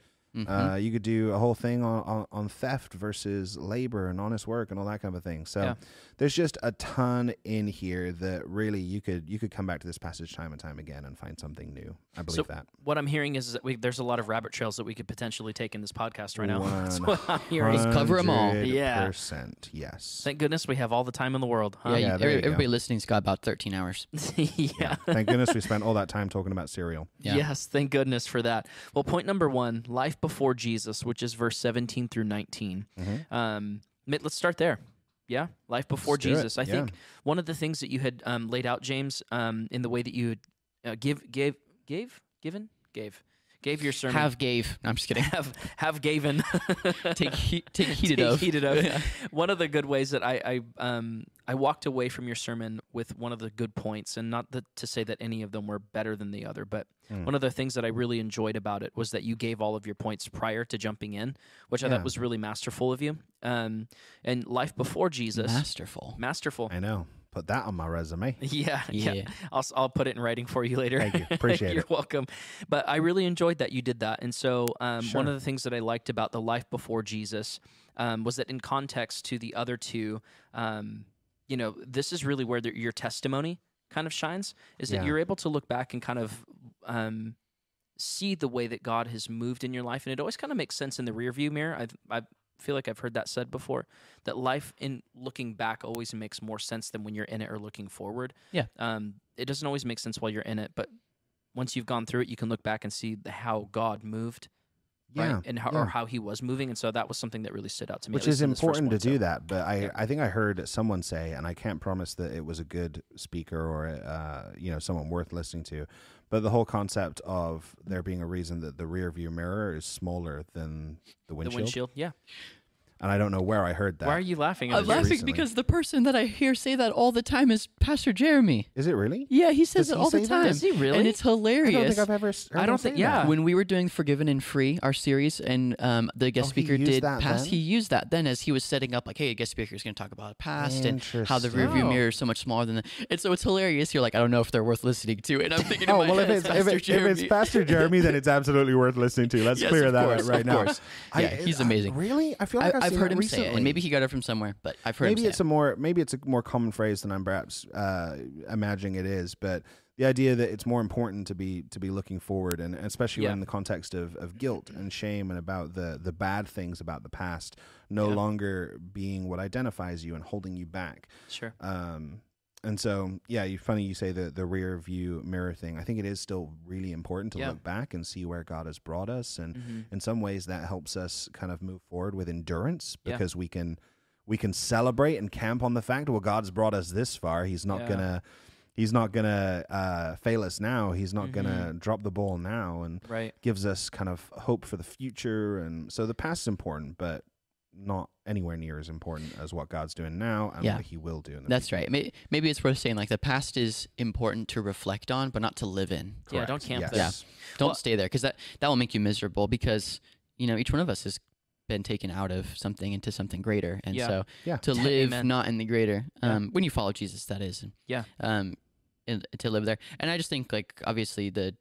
S3: Mm-hmm.
S1: Uh, you could do a whole thing on, on, on theft versus labor and honest work and all that kind of thing. So
S3: Yeah.
S1: there's just a ton in here that really you could you could come back to this passage time and time again and find something new. I believe that.
S3: What I'm hearing is that we, there's a lot of rabbit trails that we could potentially take in this podcast right now. That's
S1: One
S3: what I'm hearing.
S2: Just cover 'em all.
S1: 100%
S3: Yeah.
S1: Yes.
S3: Thank goodness we have all the time in the world.
S2: oh, yeah,
S3: Huh?
S2: you-
S1: yeah, there
S2: every-
S1: you go.
S2: everybody listening's got about 13 hours.
S3: yeah.
S1: Thank goodness we spent all that time talking about cereal.
S2: Yeah.
S3: Yes, thank goodness for that. Well, point number one life before Jesus, which is verse 17 through 19.
S1: Mhm.
S3: Um, Mitt, let's start there. Yeah, life before
S1: do it.
S3: Jesus. I
S1: Yeah.
S3: think one of the things that you had um, laid out, James, um, in the way that you had, uh, give, gave, gave, given, gave, gave your sermon.
S2: Have gave. No, I'm just kidding.
S3: have, have given.
S2: take he- take heated
S3: Take
S2: of.
S3: heated of.
S2: Yeah.
S3: one of the good ways that I, I um I walked away from your sermon with one of the good points, and not that to say that any of them were better than the other, but
S1: Mm.
S3: one of the things that I really enjoyed about it was that you gave all of your points prior to jumping in, which I
S1: Yeah.
S3: thought was really masterful of you. Um, and life before Jesus,
S2: Masterful.
S3: masterful.
S1: I know. Put that on my resume.
S3: Yeah, yeah,
S2: Yeah.
S3: I'll s- I'll put it in writing for you later.
S1: Thank you. Appreciate
S3: You're
S1: it.
S3: welcome. But I really enjoyed that you did that. And so, um,
S1: Sure.
S3: one of the things that I liked about the life before Jesus um, was that, in context to the other two, um, you know, this is really where the, your testimony kind of shines is that
S1: Yeah.
S3: you're able to look back and kind of um, see the way that God has moved in your life. And it always kind of makes sense in the rearview mirror. I've, I feel like I've heard that said before that life in looking back always makes more sense than when you're in it or looking forward.
S2: Yeah.
S3: Um, it doesn't always make sense while you're in it, but once you've gone through it, you can look back and see the, how God moved,
S1: Yeah.
S3: right? And how
S1: yeah.
S3: or how He was moving, and so that was something that really stood out to me. at
S1: Which
S3: least
S1: is
S3: in this first
S1: important to
S3: one,
S1: do
S3: so.
S1: that, but I,
S3: Yeah.
S1: I think I heard someone say, and I can't promise that it was a good speaker or uh, you know someone worth listening to, but the whole concept of there being a reason that the rear view mirror is smaller than the
S3: The
S1: windshield,
S3: windshield, yeah.
S1: and I don't know where I heard that. Is
S3: Why are you laughing? at
S2: I'm
S1: was
S3: us?
S2: laughing
S1: recently.
S2: because the person that I hear say that all the time is Pastor Jeremy.
S1: it really?
S2: Yeah, he says
S1: Does
S2: it
S1: he
S2: all
S1: say that?
S2: the time.
S1: Does
S3: he really?
S2: And it's
S1: I
S2: hilarious.
S1: don't think I've ever. s- Heard
S3: I don't
S1: him say
S3: think- yeah.
S1: that.
S2: when we were doing Forgiven and Free, our series, and um, the guest
S1: Oh, he
S2: speaker
S1: used
S2: did
S1: that
S2: past,
S1: then?
S2: he used that then as he was setting up, like, hey, a guest speaker is going to talk about past and how the rearview
S3: Interesting.
S2: mirror is so much smaller than the. And so it's hilarious. You're like, I don't know if they're worth listening to. And I'm thinking, in
S1: Oh
S2: my
S1: well, if
S2: head,
S1: it's if, it,
S2: Pastor
S1: if it's
S2: Jeremy.
S1: Pastor Jeremy, then it's absolutely worth listening to. Let's
S2: Yes,
S1: clear
S2: of
S1: that
S2: course,
S1: out right
S2: of
S1: now.
S2: course.
S1: I-
S2: Yeah, he's amazing.
S1: Really, I feel
S2: I,
S1: like I,
S2: I've heard him say it, and maybe he got it from somewhere, but I've heard
S1: maybe
S2: him say
S1: it's a more maybe it's a more common phrase than I'm perhaps uh, imagining it is, but the idea that it's more important to be to be looking forward and especially
S3: Yeah.
S1: in the context of, of guilt and shame and about the the bad things about the past no
S3: Yeah.
S1: longer being what identifies you and holding you back.
S3: Sure.
S1: Um, and so, yeah, you funny you say the the rear view mirror thing. I think it is still really important to
S3: Yeah.
S1: look back and see where God has brought us, and
S3: Mm-hmm.
S1: in some ways that helps us kind of move forward with endurance
S3: Yeah.
S1: because we can we can celebrate and camp on the fact well God's brought us this far. He's not
S3: Yeah.
S1: gonna he's not gonna uh, fail us now. He's not
S3: Mm-hmm.
S1: gonna drop the ball now, and
S3: Right.
S1: gives us kind of hope for the future. And so the past is important, but not anywhere near as important as what God's doing now and
S2: Yeah.
S1: what He will do. In the
S2: That's right. May- Maybe it's worth saying like the past is important to reflect on, but not to live in.
S3: Yeah. Don't camp
S1: Yes.
S3: there.
S2: Don't
S3: Well-
S2: stay there because that that will make you miserable. Because you know each one of us has been taken out of something into something greater, and
S3: Yeah.
S2: so
S1: Yeah.
S2: to live
S3: Amen.
S2: not in the greater.
S3: Yeah.
S2: Um, When you follow Jesus, that is.
S3: Yeah.
S2: Um, and to live there, and I just think like obviously the.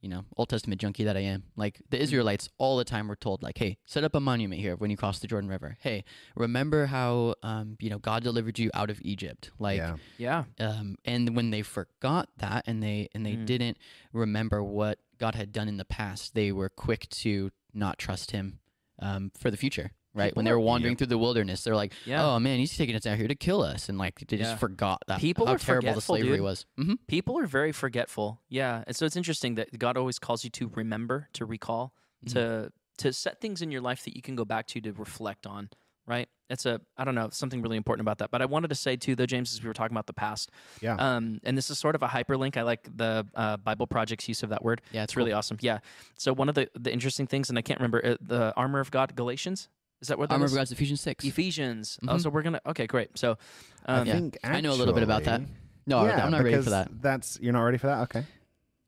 S2: You know, Old Testament junkie that I am. Like the
S3: Mm-hmm.
S2: Israelites, all the time were told, like, "Hey, set up a monument here when you cross the Jordan River. Hey, remember how um, you know God delivered you out of Egypt. Like,
S1: yeah.
S3: Yeah.
S2: um, and when they forgot that and they and they
S3: Mm.
S2: didn't remember what God had done in the past, they were quick to not trust Him um, for the future. Right when they
S1: People
S2: were
S1: are-
S2: wandering
S1: Yep.
S2: through the wilderness, they're like,
S3: Yeah.
S2: "Oh man, he's taking us out here to kill us," and like they
S3: Yeah.
S2: just forgot that
S3: People
S2: how
S3: are
S2: terrible the
S3: forgetful,
S2: slavery
S3: dude.
S2: was. hmm
S3: People are very forgetful. Yeah. And so it's interesting that God always calls you to remember, to recall,
S2: Mhm.
S3: to to set things in your life that you can go back to to reflect on, right? That's a I don't know, something really important about that. But I wanted to say too though James as we were talking about the past.
S1: Yeah.
S3: Um and this is sort of a hyperlink. I like the uh, Bible Project's use of that word.
S2: Yeah,
S3: It's really awesome. Yeah. So one of the the interesting things and I can't remember uh, the armor of God Galatians is that what that
S2: armor
S3: is?
S2: of God's Ephesians six.
S3: Ephesians. Oh,
S2: Mhm.
S3: so we're going to Okay, great. So
S1: I
S3: um,
S1: think
S2: I know a little bit about that.
S1: actually-
S2: no,
S1: yeah,
S2: I'm not ready
S1: because
S2: for that.
S1: That's you're not ready for that. Okay.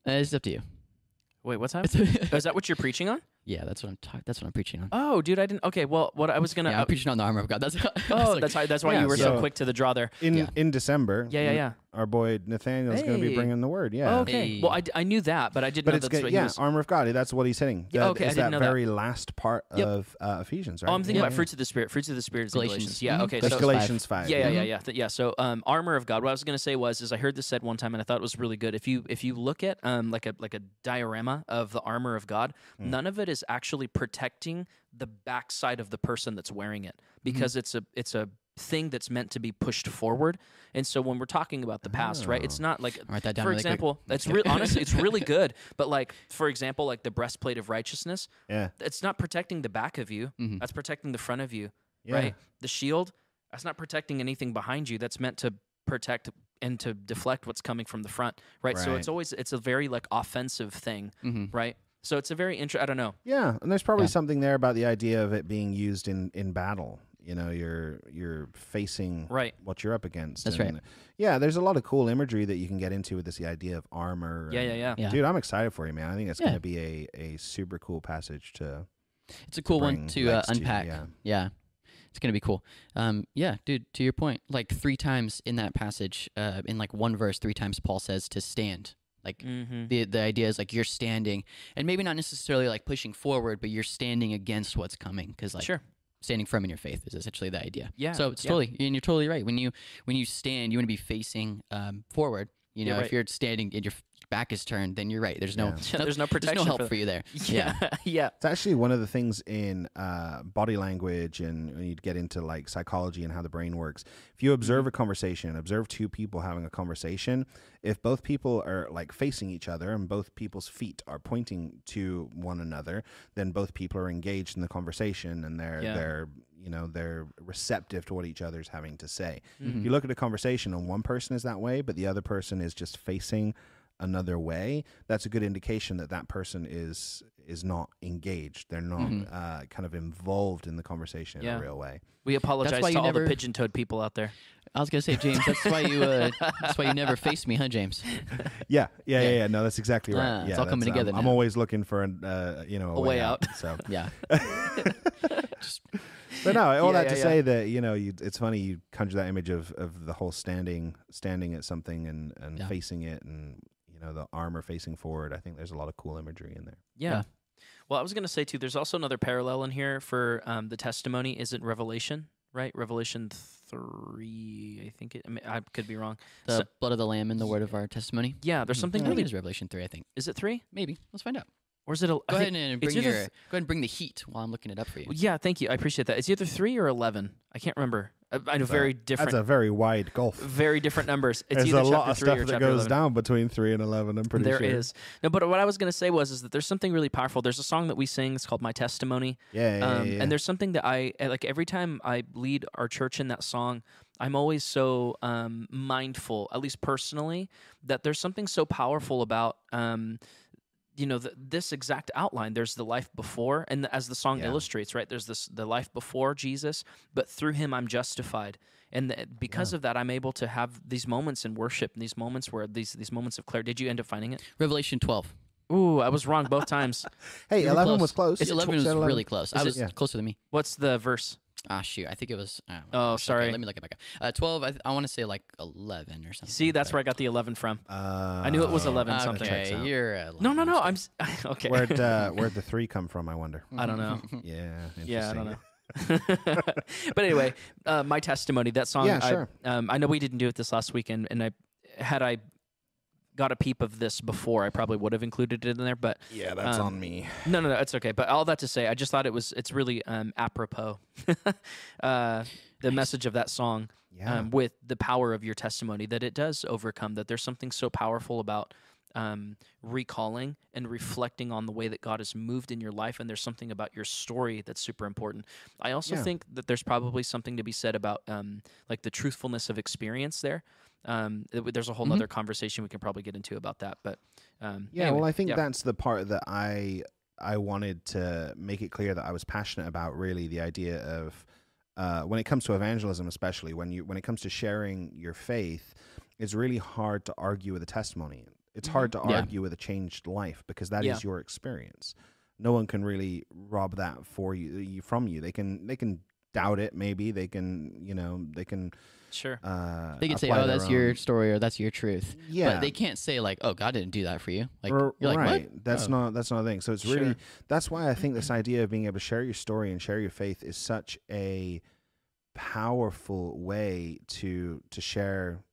S2: Uh, it's up to you.
S3: wait, what's that?
S2: It's-
S3: Oh, is that what you're preaching on?
S2: yeah, that's what I'm. Ta- that's what I'm preaching on.
S3: Oh, dude, I didn't. Okay, well, what I was gonna. uh,
S2: yeah, I'm preaching on the armor of God. That's
S3: oh,
S2: like-
S3: that's why. That's why
S1: Yeah,
S3: you were so,
S1: so-
S3: quick to the draw there.
S1: In
S2: Yeah.
S1: in December.
S3: Yeah, yeah, yeah.
S1: Our boy Nathaniel's going to
S3: Hey.
S1: be bringing the word. Yeah.
S3: okay.
S2: Hey.
S3: Well, I, d- I knew that, but I didn't
S1: But
S3: know
S1: it's
S3: that's
S1: good.
S3: what
S1: Yeah,
S3: he was.
S1: armor of God. That's what he's hitting.
S3: Yeah,
S1: That
S3: okay, I
S1: is
S3: didn't know
S1: that
S3: that.
S1: very last part
S2: Yep.
S1: of uh, Ephesians, right?
S3: Oh, I'm thinking
S1: Yeah. Mm-hmm.
S3: about fruits of the spirit. Fruits of the spirit is in Galatians.
S2: Galatians.
S3: Yeah.
S2: Mhm.
S3: Okay.
S1: That's
S3: So,
S2: Gal-
S1: Galatians five.
S3: yeah, yeah,
S2: Mhm.
S3: yeah, yeah, th- yeah. So, um, armor of God. What I was gonna say was, is I heard this said one time, and I thought it was really good. If you if you look at um like a like a diorama of the armor of God,
S1: Mm.
S3: none of it
S1: Mm.
S3: is actually protecting the backside of the person that's wearing it because it's a it's a thing that's meant to be pushed forward. And so when we're talking about the past, right? It's
S1: Oh.
S3: not like
S2: I'll write that down.
S3: for
S2: really quick.
S3: example, that's
S2: Okay.
S3: real honestly it's really good, but like for example, like the breastplate of righteousness,
S1: Yeah.
S3: it's not protecting the back of you.
S2: Mhm.
S3: That's protecting the front of you,
S1: Yeah.
S3: right? The shield, that's not protecting anything behind you. That's meant to protect and to deflect what's coming from the front, right? So it's
S1: Right.
S3: always it's a very like offensive thing,
S2: Mhm.
S3: right? So it's a very interesting. I don't know.
S1: Yeah, and there's probably
S2: Yeah.
S1: something there about the idea of it being used in in battle. You know, you're you're facing
S3: Right.
S1: what you're up against.
S2: That's right.
S1: and- Yeah, there's a lot of cool imagery that you can get into with this the idea of armor.
S3: Yeah,
S1: and-
S3: yeah, yeah.
S2: Yeah.
S1: Dude, I'm excited for you, man. I think it's
S2: Yeah.
S1: gonna be a, a super cool passage to
S2: It's a cool one
S1: bring
S2: to uh,
S1: legs to,
S2: unpack. yeah.
S1: yeah.
S2: It's going to be cool. Um, yeah, dude, to your point, like three times in that passage, uh, in like one verse, three times Paul says to stand. Like
S3: Mm-hmm.
S2: the, the idea is like you're standing and maybe not necessarily like pushing forward, but you're standing against what's coming because like
S3: sure.
S2: standing firm in your faith is essentially the idea.
S3: Yeah.
S2: So it's
S3: yeah.
S2: totally, and you're totally right. When you when you stand, you want to be facing um, forward. You
S3: Yeah,
S2: know,
S3: right.
S2: if you're standing and your f- back is turned, then you're right. There's no,
S1: Yeah.
S2: no-
S3: There's no protection
S2: there's no help
S3: for
S2: for, you there.
S3: Yeah. yeah.
S1: It's actually one of the things in uh, body language and when you get into like psychology and how the brain works. If you observe a conversation, observe two people having a conversation, if both people are like facing each other and both people's feet are pointing to one another, then both people are engaged in the conversation and they're
S3: Yeah.
S1: they're you know they're receptive to what each other's having to say.
S2: Mhm.
S1: If you look at a conversation and one person is that way, but the other person is just facing another way, that's a good indication that that person is is not engaged. They're not
S2: Mhm.
S1: uh, kind of involved in the conversation
S3: Yeah.
S1: in a real way.
S3: We apologize
S2: why
S3: to
S2: you
S3: all the
S2: never-
S3: pigeon-toed people out there.
S2: I was gonna say, James. That's why you. Uh, that's why you never faced me, huh, James?
S1: Yeah, yeah, yeah.
S2: Yeah.
S1: yeah. No, that's exactly right.
S2: Ah,
S1: yeah,
S2: it's all
S1: that's- um,
S2: coming together
S1: I'm, I'm
S2: now.
S1: always looking for an, uh, you know a,
S3: way out.
S1: So,
S2: Yeah.
S1: but no, all
S3: Yeah,
S1: that
S3: yeah,
S1: to
S3: yeah.
S1: say that you know, you, it's funny you conjure that image of of the whole standing standing at something and and
S2: Yeah.
S1: facing it and you know the armor facing forward. I think there's a lot of cool imagery in there.
S3: Yeah.
S2: Yeah.
S3: Well, I was going to say too. There's also another parallel in here for um, the testimony. Isn't Revelation right? Revelation three, I think. It, I, mean, I could be wrong.
S2: The
S3: So-
S2: blood of the lamb and the word of our testimony.
S3: Yeah. There's something
S2: I think
S3: really.
S2: it is Revelation three. I think
S3: Is it three
S2: maybe. Let's find out.
S3: or is it? el- I
S2: Go
S3: think-
S2: ahead and bring
S3: either
S2: your. Go
S3: th-
S2: ahead and bring the heat while I'm looking it up for you.
S3: yeah. Thank you. I appreciate that. It's either three or eleven. I can't remember. I, I know
S1: But
S3: very different.
S1: That's a very wide gulf.
S3: very different numbers. It's
S1: there's
S3: either
S1: a lot
S3: chapter
S1: of
S3: three
S1: stuff
S3: or
S1: that
S3: chapter
S1: goes
S3: 11.
S1: down between three and eleven. I'm pretty
S3: There is
S1: sure
S3: no, but what I was gonna say was is that there's something really powerful. There's a song that we sing. It's called "My Testimony,"
S1: Yeah, yeah,
S3: Um,
S1: yeah, yeah.
S3: And there's something that I I- like every time I lead our church in that song, I'm always so um, mindful, at least personally, that there's something so powerful about. Um, you know th- this exact outline there's the life before and the, as the song
S1: Yeah.
S3: illustrates right there's this the life before jesus but through him i'm justified and th- because of that i'm able to have these moments in worship and these moments where these these moments of clarity did you end up finding it
S2: Revelation twelve.
S3: ooh i was wrong both times
S1: hey,
S2: You were
S1: eleven was close.
S2: It's eleven
S1: Said
S2: was really close. I
S1: it-
S2: was
S1: yeah.
S2: closer than me.
S3: what's the verse
S2: Ah, shoot. I think it was. I don't know.
S3: Oh,
S2: Okay,
S3: sorry.
S2: let me look it back up. Uh, twelve. I, th- I want to say like eleven or something.
S3: see that's
S2: but-
S3: where i got the 11 from
S1: Uh,
S3: I knew it was 11
S2: okay,
S3: something.
S1: Checks out.
S2: You're a
S3: No, no,
S2: liar.
S3: no. I'm s- okay.
S1: Where'd uh, where'd the three come from? I wonder.
S3: I don't know.
S1: Yeah, interesting.
S3: Mm-hmm. Yeah, I don't know. but anyway, uh, my testimony. That song.
S1: Yeah,
S3: I,
S1: sure.
S3: um, I know we didn't do it this last weekend, and I had I got a peep of this before, I probably would have included it in there. But
S1: Yeah, that's
S3: Um,
S1: on me.
S3: no, no, no. It's okay. But all that to say, I just thought it was. It's really um, apropos. uh, the message of that song
S1: Yeah,
S3: um, with the power of your testimony that it does overcome that there's something so powerful about um, recalling and reflecting on the way that god has moved in your life and there's something about your story that's super important i also
S1: Yeah.
S3: think that there's probably something to be said about um, like the truthfulness of experience there um, th- there's a whole
S2: Mhm.
S3: nother conversation we can probably get into about that but um,
S1: yeah.
S3: anyway,
S1: well, I think
S3: yeah.
S1: that's the part that I I wanted to make it clear that I was passionate about. Really, the idea of uh, when it comes to evangelism, especially when you when it comes to sharing your faith, it's really hard to argue with a testimony. It's hard to
S2: Mm-hmm. Yeah.
S1: argue with a changed life because that is
S3: Yeah.
S1: your experience. No one can really rob that for you, you from you. They can they can doubt it. Maybe they can you know they can
S3: sure
S1: uh,
S2: They can say,
S1: apply
S2: "Oh,
S1: their
S2: that's your
S1: own-
S2: story," or "That's your truth."
S1: yeah.
S2: But they can't say like, "Oh, God didn't do that for you." Like,
S1: R-
S2: you're like,
S1: right.
S2: "What?"
S1: That's
S2: Oh.
S1: not that's not a thing. So it's really
S3: Sure.
S1: that's why I think this idea of being able to share your story and share your faith is such a powerful way to to share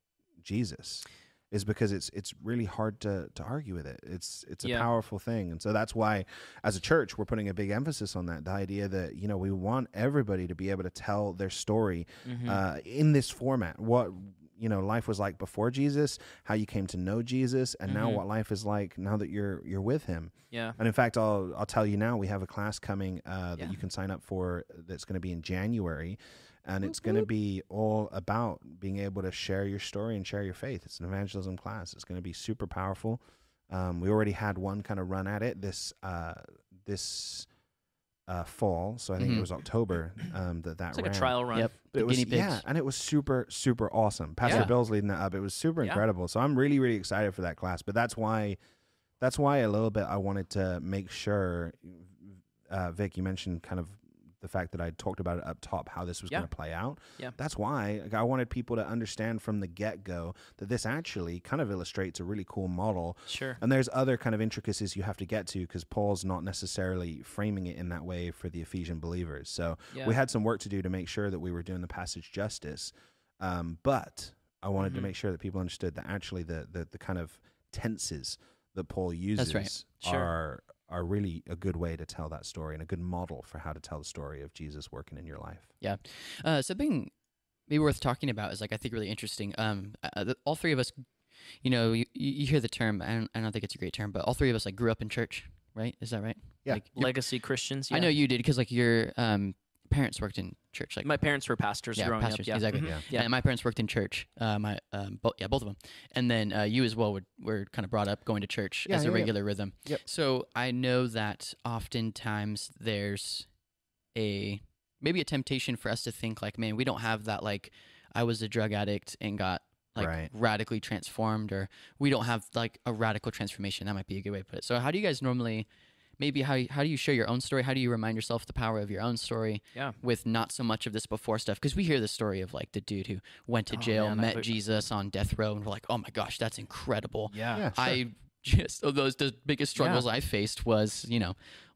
S1: Jesus. is because it's it's really hard to to argue with it. It's it's a
S3: Yeah.
S1: powerful thing, and so that's why, as a church, we're putting a big emphasis on that. The idea that you know we want everybody to be able to tell their story
S3: Mhm.
S1: uh, in this format. What you know, life was like before Jesus, how you came to know Jesus, and now
S3: Mhm.
S1: what life is like now that you're you're with Him.
S3: yeah.
S1: And in fact, I'll I'll tell you now. We have a class coming uh,
S2: Yeah.
S1: that you can sign up for. That's going to be in January, and it's
S2: Whoop
S1: going to
S2: whoop.
S1: be all about being able to share your story and share your faith. It's an evangelism class. It's going to be super powerful. Um, we already had one kind of run at it this uh, this uh, fall. So I think
S2: Mhm.
S1: it was October um, that that
S3: Mm-hmm. It's like
S1: ran.
S3: a trial run.
S2: Yep.
S1: But it
S2: The
S1: was
S2: guinea pigs.
S1: yeah, and it was super super awesome. Pastor
S2: Yeah.
S1: Bill's leading that up. It was super
S3: Yeah.
S1: incredible. So I'm really really excited for that class. But that's why, that's why a little bit I wanted to make sure, uh, Vic, you mentioned kind of the fact that I talked about it up top how this was
S3: Yeah.
S1: going to play out.
S3: Yeah.
S1: That's why like, I wanted people to understand from the get go that this actually kind of illustrates a really cool model
S3: Sure.
S1: and there's other kind of intricacies you have to get to because Paul's not necessarily framing it in that way for the Ephesian believers. So
S3: Yeah.
S1: we had some work to do to make sure that we were doing the passage justice. Um, but I wanted to
S3: Mhm.
S1: make sure that people understood that actually the the, the kind of tenses that Paul uses
S2: right.
S3: Sure.
S1: are are really a good way to tell that story and a good model for how to tell the story of Jesus working in your life.
S2: Uh, something maybe worth talking about is like I think really interesting. Um, uh, the- all three of us, you know, you, you you hear the term. I don't, I don't think it's a great term, but all three of us like grew up in church, right? Is that right?
S1: Yeah.
S2: Like, you're-
S3: Legacy Christians. Yeah.
S2: I know you did because like your um parents worked in church. Like
S3: My parents were pastors
S2: Yeah,
S3: growing
S2: pastors,
S3: up. Yeah.
S2: exactly.
S3: Mhm.
S1: Yeah.
S3: Yeah.
S2: And my parents worked in church. Uh, my um, bo- yeah, both of them. And then uh, you as well were, were kind of brought up going to church
S1: Yeah,
S2: as
S1: yeah,
S2: a
S1: yeah.
S2: regular rhythm.
S1: Yep.
S2: So I know that oftentimes there's a maybe a temptation for us to think like, man, we don't have that like I was a drug addict and got like
S1: Right.
S2: radically transformed, or we don't have like a radical transformation. That might be a good way to put it. So how do you guys normally? Maybe how how do you share your own story? How do you remind yourself the power of your own story?
S3: Yeah.
S2: with not so much of this before stuff because we hear the story of like the dude who went to
S3: Oh,
S2: jail,
S3: man, I
S2: met
S3: bet-
S2: Jesus on death row, and we're like, oh my gosh, that's incredible.
S3: Yeah.
S1: Yeah, sure.
S2: I just oh, those the biggest struggles I faced was you know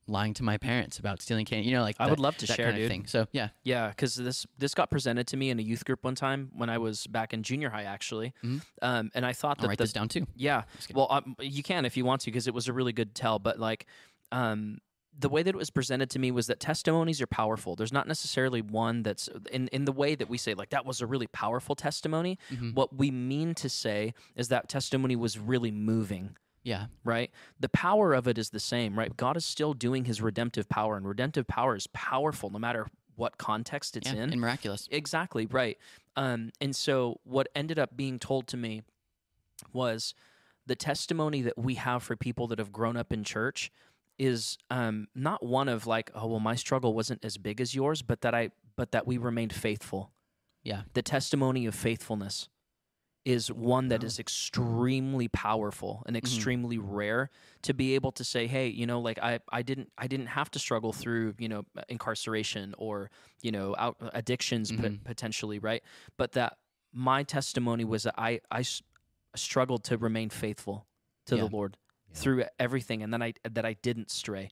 S2: lying to my parents about stealing candy. You know, like
S3: I
S2: that-
S3: would love to
S2: that
S3: share,
S2: kind
S3: dude.
S2: of thing. So yeah,
S3: Yeah, because this this got presented to me in a youth group one time when I was back in junior high, actually.
S2: Mhm.
S3: Um, and I thought
S2: I'll
S3: that
S2: write
S3: the
S2: this down too.
S3: yeah,
S2: Just kidding.
S3: well, um, you can if you want to because it was a really good tell. But like, um, the way that it was presented to me was that testimonies are powerful. There's not necessarily one that's in in the way that we say like that was a really powerful testimony.
S2: Mhm.
S3: What we mean to say is that testimony was really moving
S2: yeah,
S3: right? The power of it is the same, right? God is still doing his redemptive power, and redemptive power is powerful no matter what context it's
S2: yeah,
S3: in.
S2: and miraculous.
S3: Exactly, right. Um, and so what ended up being told to me was the testimony that we have for people that have grown up in church is um, not one of like, oh well, my struggle wasn't as big as yours, but that I but that we remained faithful.
S2: Yeah.
S3: The testimony of faithfulness is one that
S1: Yeah.
S3: is extremely powerful and extremely rare to be able to say, hey, you know, like I, I didn't I didn't have to struggle through, you know, incarceration or, you know, out, uh, addictions pot-
S2: Mhm.
S3: potentially, right? But that my testimony was that I, I s- struggled to remain faithful to
S2: Yeah.
S3: the Lord
S1: Yeah.
S3: through everything and then I that I didn't stray.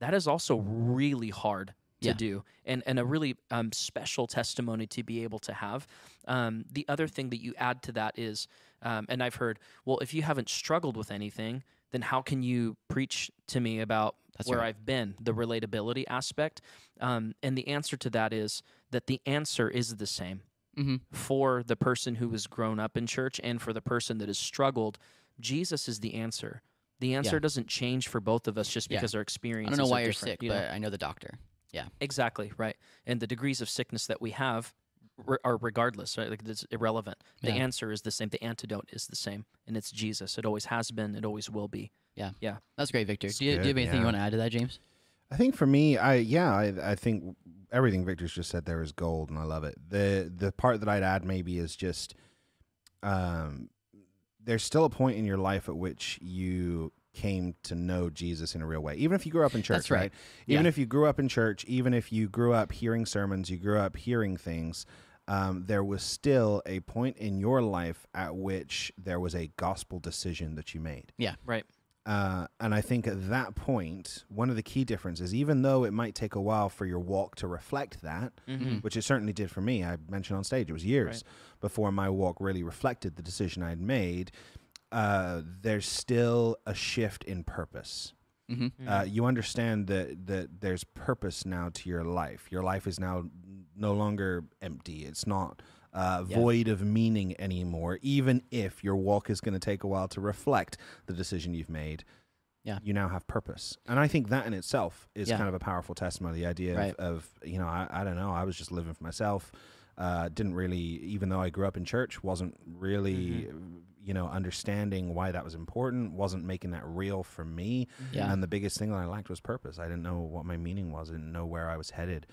S3: That is also really hard to
S2: Yeah.
S3: do and, and a really um, special testimony to be able to have. Um, the other thing that you add to that is, um, and I've heard, well, if you haven't struggled with anything, then how can you preach to me about
S2: That's
S3: where
S2: right. Mm-hmm.
S3: I've been, the relatability aspect? Um, and the answer to that is that the answer is the same
S2: hmm
S3: for the person who was grown up in church and for the person that has struggled, Jesus is the answer. The answer doesn't change for both of us just
S2: Yeah.
S3: because our
S2: I
S3: experience.
S2: don't know why you're
S3: different,
S2: sick,
S3: you know?
S2: but I know the doctor.
S3: exactly right. And the degrees of sickness that we have re- are regardless, right? Like it's irrelevant. The
S2: Yeah.
S3: answer is the same. The antidote is the same, and it's Jesus. It always has been. It always will be.
S2: That's great, Victor.
S1: It's
S2: Do you, do
S1: good,
S2: you have anything
S1: yeah.
S2: you want to add to that, James?
S1: I think for me, I yeah, I, I think everything Victor's just said there is gold, and I love it. the The part that I'd add maybe is just, um, there's still a point in your life at which you came to know Jesus in a real way, even if you grew up in church,
S2: That's right.
S1: Even
S2: Yeah.
S1: if you grew up in church, even if you grew up hearing sermons, you grew up hearing things. Um, there was still a point in your life at which there was a gospel decision that you made.
S2: Yeah.
S3: Right.
S1: Uh, and I think at that point, one of the key differences, even though it might take a while for your walk to reflect that,
S3: Mm-hmm.
S1: which it certainly did for me. I mentioned on stage, it was years before my walk really reflected the decision I had made. Uh, there's still a shift in purpose.
S2: hmm
S1: Uh, you understand that that there's purpose now to your life. Your life is now no longer empty. It's not uh,
S3: Yeah.
S1: void of meaning anymore. Even if your walk is going to take a while to reflect the decision you've made,
S2: Yeah.
S1: you now have purpose. And I think that in itself is
S2: Yeah.
S1: kind of a powerful testimony. The idea
S2: Right.
S1: of, of you know, I, I don't know, I was just living for myself. Uh, didn't really, even though I grew up in church, wasn't really,
S2: Mm-hmm.
S1: you know, understanding why that was important. Wasn't making that real for me.
S2: Yeah.
S1: And the biggest thing that I lacked was purpose. I didn't know what my meaning was. I didn't know where I was headed.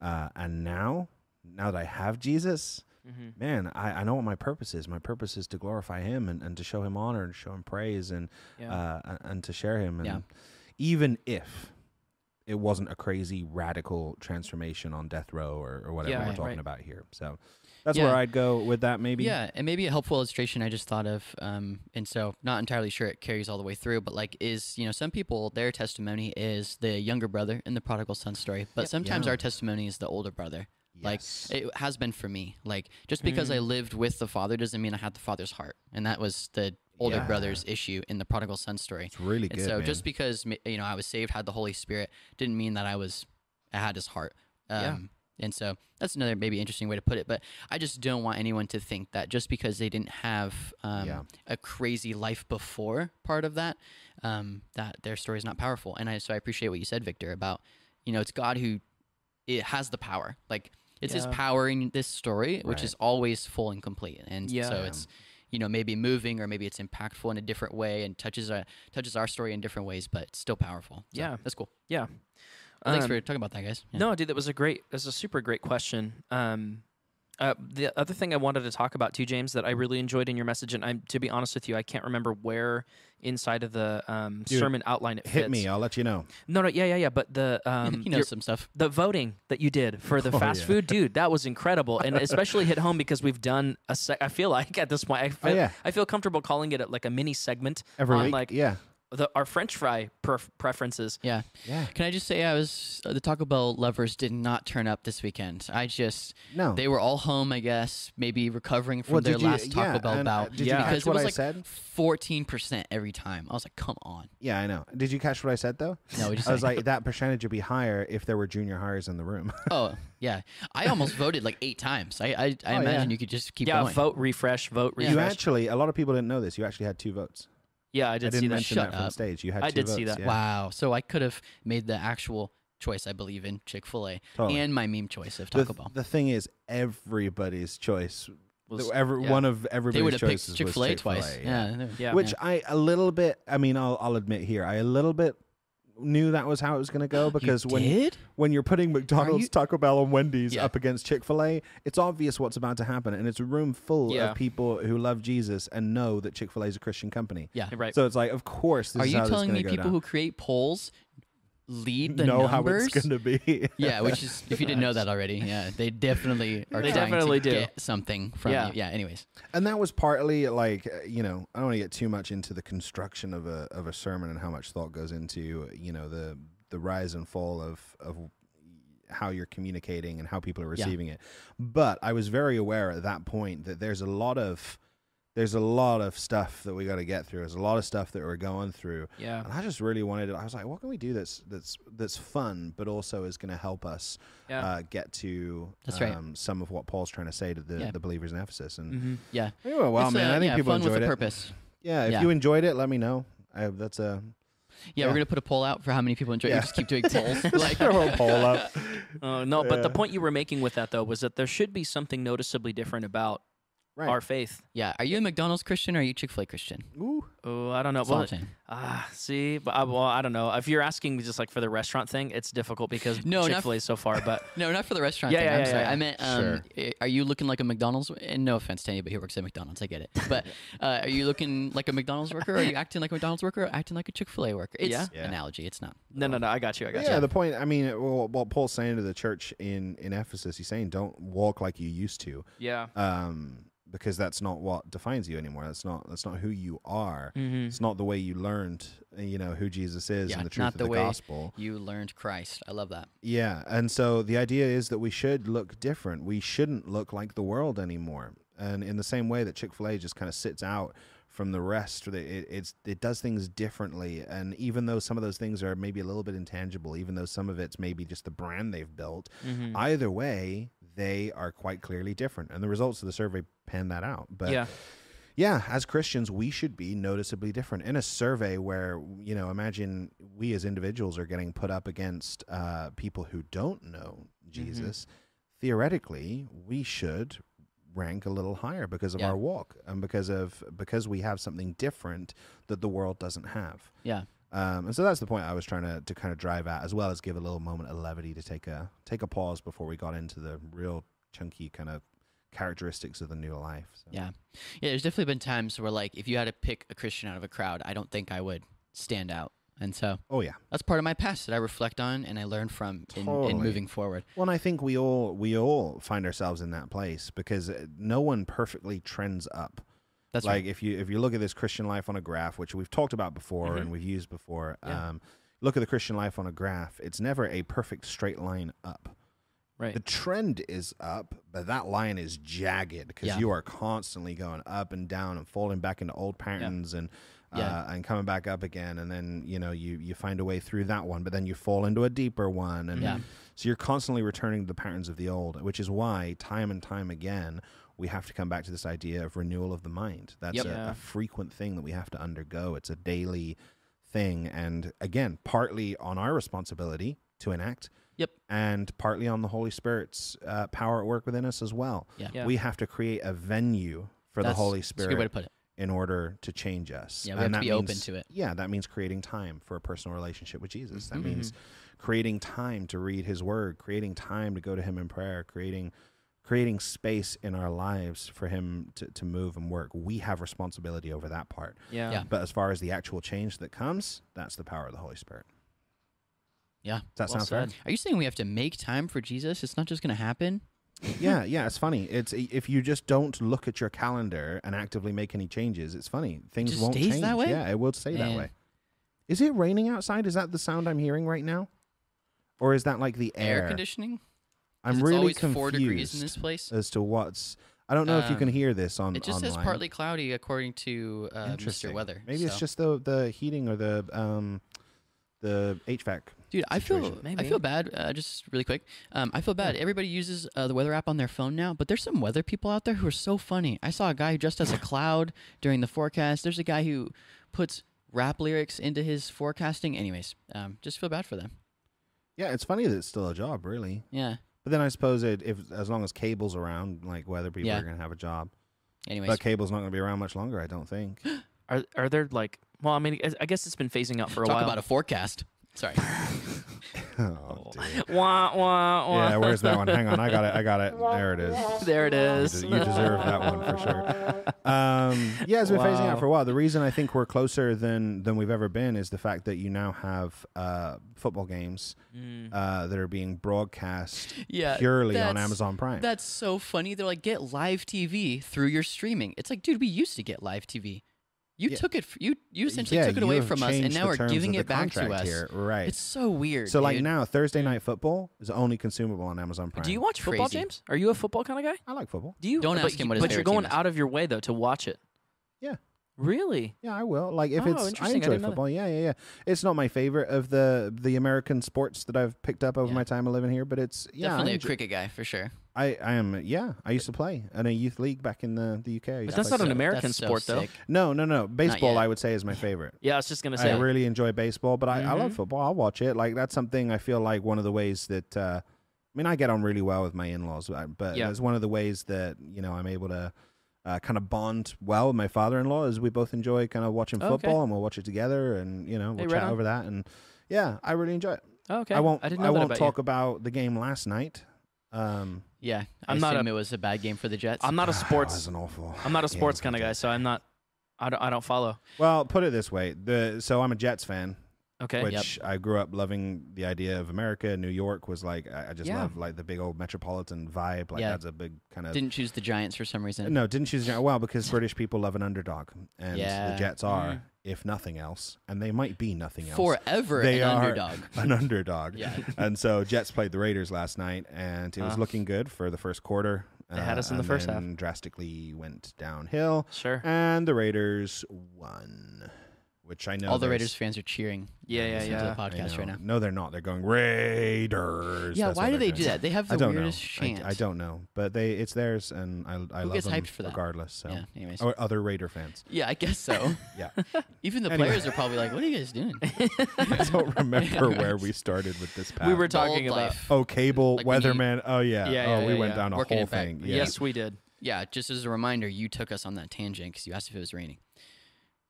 S1: Uh, and now, now that I have Jesus,
S3: Mm-hmm.
S1: man, I, I know what my purpose is. My purpose is to glorify Him and, and to show Him honor and show Him praise and
S3: Yeah.
S1: uh, and, and to share Him. And
S2: Yeah.
S1: even if it wasn't a crazy radical transformation on death row or, or whatever
S3: Yeah,
S1: we're
S2: right,
S1: talking
S3: right.
S1: about here, so that's
S2: Yeah.
S1: where I'd go with that. Maybe.
S2: Yeah, and maybe a helpful illustration I just thought of, um, and so not entirely sure it carries all the way through, but like is you know some people their testimony is the younger brother in the prodigal son story, but sometimes
S1: Yeah.
S2: our testimony is the older brother.
S1: Yes. Mm.
S2: Like it has been for me. Like just because I lived with the father doesn't mean I had the father's heart, and that was the older
S1: Yeah.
S2: brother's issue in the prodigal son story.
S1: it's really good.
S2: And so
S1: man.
S2: just because m- you know I was saved, had the Holy Spirit, didn't mean that I was I had His heart. Um,
S3: Yeah.
S2: And so that's another maybe interesting way to put it. But I just don't want anyone to think that just because they didn't have um,
S1: Yeah.
S2: a crazy life before part of that, um, that their story is not powerful. And I so I appreciate what you said, Victor, about you know it's God who it has the power. Like it's His
S3: Yeah.
S2: power in this story, which
S1: Right.
S2: is always full and complete. And
S3: Yeah.
S2: so it's you know maybe moving or maybe it's impactful in a different way and touches a touches our story in different ways, but it's still powerful. So
S3: Yeah.
S2: that's cool.
S3: Yeah.
S2: Well, thanks
S3: Um,
S2: for talking about that, guys. Yeah.
S3: No, dude, that was a great, that's a super great question. Um, uh, the other thing I wanted to talk about too, James, that I really enjoyed in your message, and I'm to be honest with you, I can't remember where inside of the um,
S1: Dude,
S3: sermon outline it
S1: hit
S3: fits.
S1: me. I'll let you know.
S3: No, no, yeah, yeah, yeah. But the um,
S2: he knows
S3: your-
S2: some stuff.
S3: the voting that you did for the
S1: Oh,
S3: fast
S1: yeah.
S3: food, dude, that was incredible, and especially hit home because we've done a. Se- I feel like at this point, I feel,
S1: Oh, yeah.
S3: I feel comfortable calling it a, like a mini segment
S1: Every
S3: on
S1: week.
S3: like
S1: yeah.
S3: the, our French fry pref preferences.
S2: Yeah.
S1: Yeah.
S2: Can I just say I was uh, the Taco Bell lovers did not turn up this weekend. I just
S1: No.
S2: they were all home, I guess, maybe recovering from
S1: Well,
S2: their
S1: did you-
S2: last Taco
S1: yeah,
S2: Bell
S1: and, uh,
S2: bout.
S1: did you
S3: Yeah.
S2: because
S1: catch what I
S2: it was like
S1: said?
S2: fourteen percent every time. I was like, come on.
S1: Yeah, I know. Did you catch what I said though?
S2: No, what you
S1: I was
S2: say?
S1: like, that percentage would be higher if there were junior hires in the room.
S2: Oh yeah, I almost voted like eight times. I I, I
S1: Oh,
S2: imagine
S1: yeah.
S2: you could just keep
S3: yeah,
S2: going.
S3: vote refresh, vote
S2: Yeah.
S1: You
S3: refresh.
S1: actually, a lot of people didn't know this. You actually had two votes.
S3: Yeah, I
S1: I
S3: did
S1: didn't
S3: see that.
S1: mention
S2: Shut
S1: that from
S2: up.
S1: stage. You had.
S3: I
S1: two
S3: did see
S1: votes,
S3: that.
S1: yeah.
S2: Wow. So I could have made the actual choice I believe in Chick Fil A
S1: Totally.
S2: and my meme choice of
S1: The,
S2: Taco Bell.
S1: the thing is, everybody's choice.
S3: Was-
S1: every,
S3: yeah.
S1: One of everybody's
S2: They would have
S1: choices
S2: picked
S1: was
S2: Chick Fil A twice.
S1: Chick-fil-A,
S2: Yeah. they-
S3: Yeah.
S1: Which I a little bit. I mean, I'll I'll admit here, I a little bit knew that was how it was going to go because
S2: you
S1: when
S2: did?
S1: when you're putting McDonald's,
S2: you-
S1: Taco Bell, and Wendy's
S2: Yeah.
S1: up against Chick fil A, it's obvious what's about to happen. And it's a room full
S3: Yeah.
S1: of people who love Jesus and know that Chick fil A is a Christian company.
S2: Yeah.
S3: Right.
S1: So it's like, of course, this
S2: Are
S1: is
S2: you
S1: how this is
S2: telling
S1: gonna
S2: me
S1: go
S2: people
S1: down.
S2: who create polls lead the
S1: know how
S2: numbers?
S1: it's going to be?
S2: yeah, which is if you didn't know that already, yeah, they definitely are
S3: They
S2: trying
S3: definitely
S2: to
S3: do.
S2: get something from
S3: Yeah.
S2: you. Yeah. Anyways,
S1: and that was partly like, uh, you know, I don't want to get too much into the construction of a, of a sermon and how much thought goes into, you know, the, the rise and fall of, of how you're communicating and how people are receiving it. But I was very aware at that point that there's a lot of there's a lot of stuff that we got to get through. There's a lot of stuff that we're going through,
S3: yeah.
S1: and I just really wanted. I was like, what can we do that's that's that's fun, but also is going to help us
S3: Yeah.
S1: uh, get to um,
S2: That's right.
S1: some of what Paul's trying to say to the,
S2: Yeah.
S1: the believers in Ephesus. And
S3: Mm-hmm.
S2: yeah.
S1: we were well,
S2: It's,
S1: man.
S2: uh,
S1: I think
S2: yeah,
S1: people
S2: fun
S1: enjoyed
S2: with a
S1: it.
S2: purpose.
S1: Yeah, if
S2: Yeah.
S1: you enjoyed it, let me know. I, that's a
S2: Yeah,
S1: Yeah.
S2: we're gonna put a poll out for how many people enjoy. it.
S1: Yeah.
S2: We just keep doing polls. like,
S1: throw a poll up.
S3: Uh, no, but the
S1: Yeah.
S3: point you were making with that though was that there should be something noticeably different about
S1: Right.
S3: our faith.
S2: yeah, are you a McDonald's Christian or are you Chick Fil A Christian?
S1: Ooh.
S3: Oh, I don't know.
S2: That's all
S3: Well,
S2: I'm saying.
S3: ah, see, but I, well, I don't know. If you're asking me just like for the restaurant thing, it's difficult because
S2: No, not
S3: Chick Fil A so far. But
S2: No, not for the restaurant
S3: Yeah,
S2: thing.
S3: yeah,
S2: I'm
S3: yeah,
S2: sorry.
S3: yeah.
S2: I meant, um,
S1: Sure.
S2: i- are you looking like a McDonald's? And no offense to anybody who works at McDonald's, I get it. But uh, are you looking like a McDonald's worker? Are you acting like a McDonald's worker? Or acting like a Chick Fil A worker? It's
S3: Yeah.
S1: Yeah.
S2: analogy. It's not.
S3: no, no, no. I got you. I got
S1: yeah,
S3: you.
S1: the point. I mean, well, what Paul's saying to the church in in Ephesus, he's saying, "Don't walk like you used to."
S3: yeah.
S1: Um, because that's not what defines you anymore. That's not that's not who you are.
S3: Mm-hmm.
S1: It's not the way you learned, uh, you know, who Jesus is
S2: Yeah,
S1: and the truth
S2: not
S1: of
S2: the
S1: the
S2: way-
S1: gospel.
S2: You learned Christ. I love that.
S1: Yeah, and so the idea is that we should look different. We shouldn't look like the world anymore. And in the same way that Chick Fil A just kind of sits out from the rest, that it it's, it does things differently. And even though some of those things are maybe a little bit intangible, even though some of it's maybe just the brand they've built,
S3: Mm-hmm.
S1: either way, they are quite clearly different. And the results of the survey pan that out. But
S3: yeah.
S1: yeah, as Christians, we should be noticeably different. In a survey where, you know, imagine we as individuals are getting put up against uh, people who don't know
S2: Mm-hmm.
S1: Jesus, theoretically, we should rank a little higher because of
S2: Yeah.
S1: our walk and because of because we have something different that the world doesn't have.
S2: Yeah.
S1: Um, and so that's the point I was trying to, to kind of drive at, as well as give a little moment of levity to take a take a pause before we got into the real chunky kind of characteristics of the new life. So.
S2: Yeah. Yeah, there's definitely been times where like if you had to pick a Christian out of a crowd, I don't think I would stand out. And so
S1: Oh yeah.
S2: that's part of my past that I reflect on and I learn from in,
S1: Totally.
S2: in moving forward.
S1: Well, and I think we all we all find ourselves in that place because uh, no one perfectly trends up.
S2: That's
S1: like
S2: right.
S1: if you if you look at this Christian life on a graph, which we've talked about before
S2: Mm-hmm.
S3: Mhm.
S1: and we've used before,
S3: Yeah.
S1: um, look at the Christian life on a graph. It's never a perfect straight line up.
S3: Right.
S1: The trend is up, but that line is jagged because
S2: Yeah.
S1: you are constantly going up and down and falling back into old patterns and
S2: Yeah.
S1: uh, and coming back up again, and then you know you you find a way through that one, but then you fall into a deeper one, and
S2: Yeah.
S1: so you're constantly returning to the patterns of the old, which is why time and time again we have to come back to this idea of renewal of the mind. That's
S2: Yep.
S1: a,
S3: Yeah.
S1: a frequent thing that we have to undergo. It's a daily thing, and again, partly on our responsibility to enact,
S2: Yep.
S1: and partly on the Holy Spirit's uh, power at work within us as well.
S2: Yeah.
S3: Yeah.
S1: We have to create a venue for
S2: That's-
S1: the Holy
S2: That's a good way to
S1: Spirit
S2: put it.
S1: in order to change us.
S2: Yeah, we have to
S1: that
S2: be open
S1: means-
S2: to it.
S1: Yeah, that means creating time for a personal relationship with Jesus. That means
S2: Mm-hmm.
S1: creating time to read His Word, creating time to go to Him in prayer, creating creating space in our lives for Him to, to move and work. We have responsibility over that part.
S3: Yeah.
S2: Yeah.
S1: But as far as the actual change that comes, that's the power of the Holy Spirit.
S2: Yeah.
S1: Does that
S3: Well
S1: sound fair?
S3: said.
S2: Are you saying we have to make time for Jesus? It's not just going to happen.
S1: yeah, yeah, it's funny. It's if you just don't look at your calendar and actively make any changes, it's funny. Things
S2: just
S1: won't
S2: stays
S1: change.
S2: that way?
S1: Yeah, it will stay that
S2: Man.
S1: way. Is it raining outside? Is that the sound I'm hearing right now? Or is that like the air?
S2: Air conditioning. 'Cause
S1: I'm
S2: it's
S1: really
S2: always
S1: confused
S2: four degrees in this place.
S1: as to what's. I don't know if you can
S2: Um,
S1: hear this on.
S2: It just
S1: online.
S2: says partly cloudy according to uh, Mr.
S1: Interesting.
S2: Weather.
S1: Maybe it's
S2: so-
S1: just the the heating or the um the HVAC.
S2: Dude, I feel
S1: situation.
S2: I
S3: Maybe.
S2: feel bad. Uh, just really quick, um, I feel bad. Everybody uses uh, the weather app on their phone now, but there's some weather people out there who are so funny. I saw a guy who dressed as a cloud during the forecast. There's a guy who puts rap lyrics into his forecasting. Anyways, um, just feel bad for them.
S1: Yeah, it's funny that it's still a job, really.
S2: Yeah.
S1: But then I suppose it, if as long as cable's around, like weather people
S2: Yeah.
S1: are gonna have a job.
S2: Anyways,
S1: But cable's not going to be around much longer, I don't think. Oh,
S3: Are are there like? Well, I mean, I- I guess it's been phasing out for a
S2: talk
S3: while.
S2: about a forecast. Sorry.
S1: oh, dear.
S3: wah wah wah.
S1: Yeah, where's that one? Hang on, I got it. I got it. There it is.
S3: There it
S1: You
S3: is.
S1: de- You deserve that one for sure. Um, yeah, it's been phasing
S3: Wow.
S1: out for a while. The reason I think we're closer than than we've ever been is the fact that you now have uh, football games
S3: Mm.
S1: uh, that are being broadcast
S2: Mm-hmm. Yeah.
S1: purely on
S2: that's-
S1: Amazon Prime.
S2: That's so funny. They're like, get live TV through your streaming. It's like, dude, we used to get live TV. You
S1: Yeah.
S2: took it. f- You you essentially
S1: Yeah,
S2: took it
S1: you
S2: away
S1: have
S2: from us, and
S1: changed
S2: now
S1: the
S2: we are
S1: terms
S2: giving
S1: of the
S2: it back to
S1: contract
S2: us.
S1: here, right?
S2: It's so weird.
S1: so like
S2: dude.
S1: now, Thursday night football is only consumable on Amazon Prime.
S3: Do you watch football,
S2: Crazy.
S3: James? Are you a football kind of guy?
S1: I like football.
S3: Do you?
S2: Don't
S3: but
S2: ask him
S3: you-
S2: what his
S3: But you're
S2: favorite team
S3: going
S2: is.
S3: out of your way though to watch it.
S1: Yeah.
S3: Really?
S1: Yeah, I will. Like if
S3: Oh,
S1: it's I
S3: interesting. I
S1: enjoy
S3: didn't know that.
S1: football. Yeah, yeah, yeah. It's not my favorite of the the American sports that I've picked up over
S2: Yeah.
S1: my time of living here, but it's yeah.
S2: definitely
S1: I,
S2: a
S1: enjo-
S2: cricket guy for sure.
S1: I I am yeah. I used to play in a youth league back in the the UK. I used
S3: But
S1: to
S3: that's
S1: play
S3: not an
S1: soccer.
S3: American
S2: That's so
S3: sport, though.
S2: sick.
S1: No, no, no. Baseball
S2: yet.
S1: I would say is my favorite.
S3: Yeah, I was just gonna
S1: I
S3: say.
S1: really enjoy baseball, but I, I love
S3: Mhm.
S1: football. I'll watch it. Like that's something I feel like one of the ways that uh, I mean I get on really well with my in laws, but, but
S3: Yeah.
S1: it's one of the ways that you know I'm able to uh, kind of bond well with my father in law is we both enjoy kind of watching
S3: Oh, Okay.
S1: football and we'll watch it together and you know we'll
S3: Hey, right
S1: chat
S3: on.
S1: over that and yeah I really enjoy it.
S3: Oh, okay.
S1: I won't
S3: I
S1: I,
S3: didn't know that
S1: won't
S3: about you.
S1: talk about the game last night. Um,
S2: Yeah, I
S3: I'm
S2: am
S3: not
S2: not.
S3: a-
S2: it was a bad game for the Jets.
S3: I'm not a
S1: that
S3: sports.
S1: was an awful.
S3: I'm not a
S1: game
S3: sports
S1: for
S3: kind of
S1: Jets.
S3: guy, so I'm not. I don't, I don't follow.
S1: Well, put it this way: the so I'm a Jets fan,
S3: Okay.
S2: Wait. Yep.
S1: which I grew up loving the idea of America. New York was like I, I just
S3: Yeah.
S1: love like the big old metropolitan vibe. Like
S2: Yeah.
S1: that's a big kind of
S2: Didn't choose the Giants for some reason.
S1: no. Didn't choose well because British people love an underdog, and
S2: Yeah.
S1: the Jets
S3: Mm-hmm.
S1: are,
S2: Mm.
S1: if nothing else, and they might be nothing else.
S2: Forever
S1: They
S2: an
S1: are-
S2: underdog.
S1: an underdog.
S2: Yeah.
S1: And so Jets played the Raiders last night, and it was
S3: Ah.
S1: looking good for the first quarter. Uh,
S3: They had us in the
S1: and
S3: first half.
S1: then Drastically went downhill,
S3: Sure.
S1: and the Raiders won, which I know
S2: All the
S1: there's-
S2: Raiders fans are cheering.
S3: Yeah, yeah,
S2: Listen to
S3: yeah.
S2: the
S1: I
S2: podcast right
S1: know.
S2: now.
S1: No, they're not. They're going Raiders.
S2: Yeah,
S1: That's
S2: why
S1: what they're
S2: do they do
S1: doing.
S2: that? They have
S1: I
S2: the
S1: don't
S2: weirdest
S1: know. I-
S2: chant.
S1: I, don't know, but they it's theirs, and I I
S2: Who
S1: love
S2: gets
S1: them
S2: hyped for that?
S1: regardless. So
S2: Yeah. Anyways.
S1: or other Raider fans.
S2: Yeah, I guess so.
S1: Oh. Yeah,
S2: Even the
S1: Anyway.
S2: players are probably like, "What are you guys doing?"
S1: I don't remember where we started with this. Path.
S3: We were talking
S2: Bold
S3: about.
S2: life.
S1: oh cable
S2: Like we need-
S1: weatherman. oh yeah.
S3: Yeah,
S1: oh,
S3: yeah,
S1: we
S3: yeah,
S1: went
S3: yeah.
S1: down a
S2: Working
S1: whole
S2: it back.
S1: thing.
S2: Yeah.
S3: Yes, we did.
S2: Yeah, just as a reminder, you took us on that tangent because you asked if it was raining.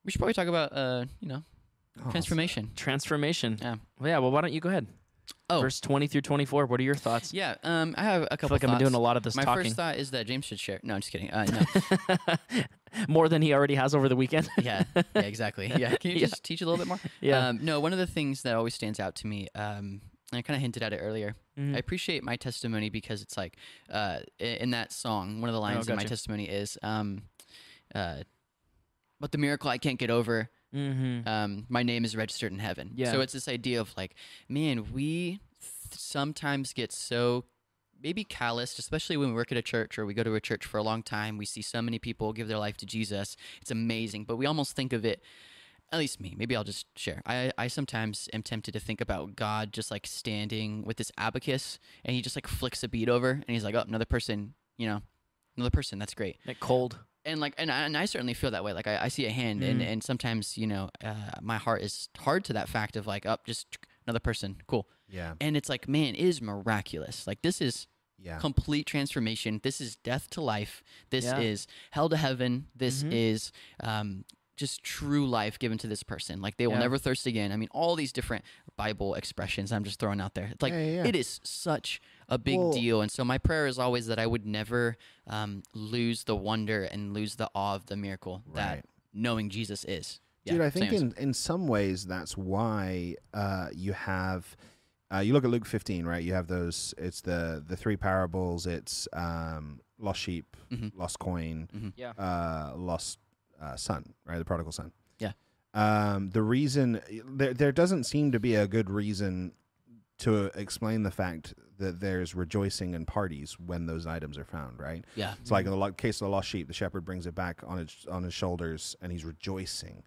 S2: We should probably talk about, uh, you know,
S1: Oh,
S2: transformation.
S3: Transformation.
S2: Yeah.
S3: Well, yeah. Well, why don't you go ahead?
S2: Oh.
S3: Verse 20 through 24. What are your thoughts?
S2: Yeah, um, I have a
S3: I feel
S2: couple.
S3: like I've been
S2: thoughts.
S3: doing a lot of this
S2: My
S3: talking.
S2: first thought is that James should share. No, I'm just kidding. Uh, no.
S3: More than he already has over the weekend.
S2: yeah, yeah, exactly. Yeah, can you
S3: Yeah.
S2: just teach a little bit more?
S3: yeah.
S2: Um, no, one of the things that always stands out to me, um, and I kind of hinted at it earlier.
S3: Mhm.
S2: I appreciate my testimony because it's like uh, i- in that song, one of the lines in my
S3: Oh, gotcha.
S2: testimony is, um, uh, "But the miracle I can't get over,
S3: mm-hmm.
S2: um, my name is registered in heaven."
S3: Yeah.
S2: So it's this idea of like, man, we th- sometimes get so maybe calloused, especially when we work at a church or we go to a church for a long time. We see so many people give their life to Jesus. It's amazing, but we almost think of it at least me maybe i'll just share I, I sometimes am tempted to think about god just like standing with this abacus and he just like flicks a beat over and he's like oh another person you know another person that's great
S3: Like cold.
S2: and like and I, and I certainly feel that way like i, I see a hand and
S3: Mhm.
S2: and sometimes you know uh, my heart is hard to that fact of like oh, just another person cool
S1: Oh, Yeah,
S2: and it's like man it is miraculous like this is
S1: yeah.
S2: complete transformation. This is death to life. This
S3: Yeah.
S2: is hell to heaven. This
S1: Mm-hmm.
S3: Mhm.
S2: is um, just true life given to this person. Like they will
S3: Yeah.
S2: never thirst again. I mean, all these different Bible expressions I'm just throwing out there. It's like
S1: Yeah, yeah, yeah.
S2: it is such a big
S1: Well-
S2: deal. And so my prayer is always that I would never um, lose the wonder and lose the awe of the miracle
S1: Right.
S2: that knowing Jesus is.
S1: Dude, I think
S2: same as-
S1: in, in some ways that's why uh, you have uh, you look at Luke 15, right? You have those. It's the the three parables. It's um, lost sheep,
S2: Mhm.
S1: lost coin,
S2: Mhm.
S3: Yeah.
S1: uh, lost uh, son, right? The prodigal son.
S2: Yeah.
S1: Um, the reason there there doesn't seem to be a good reason to explain the fact that there's rejoicing and parties when those items are found, right?
S2: yeah.
S1: It's like in the lo- case of the lost sheep, the shepherd brings it back on his on his shoulders, and he's rejoicing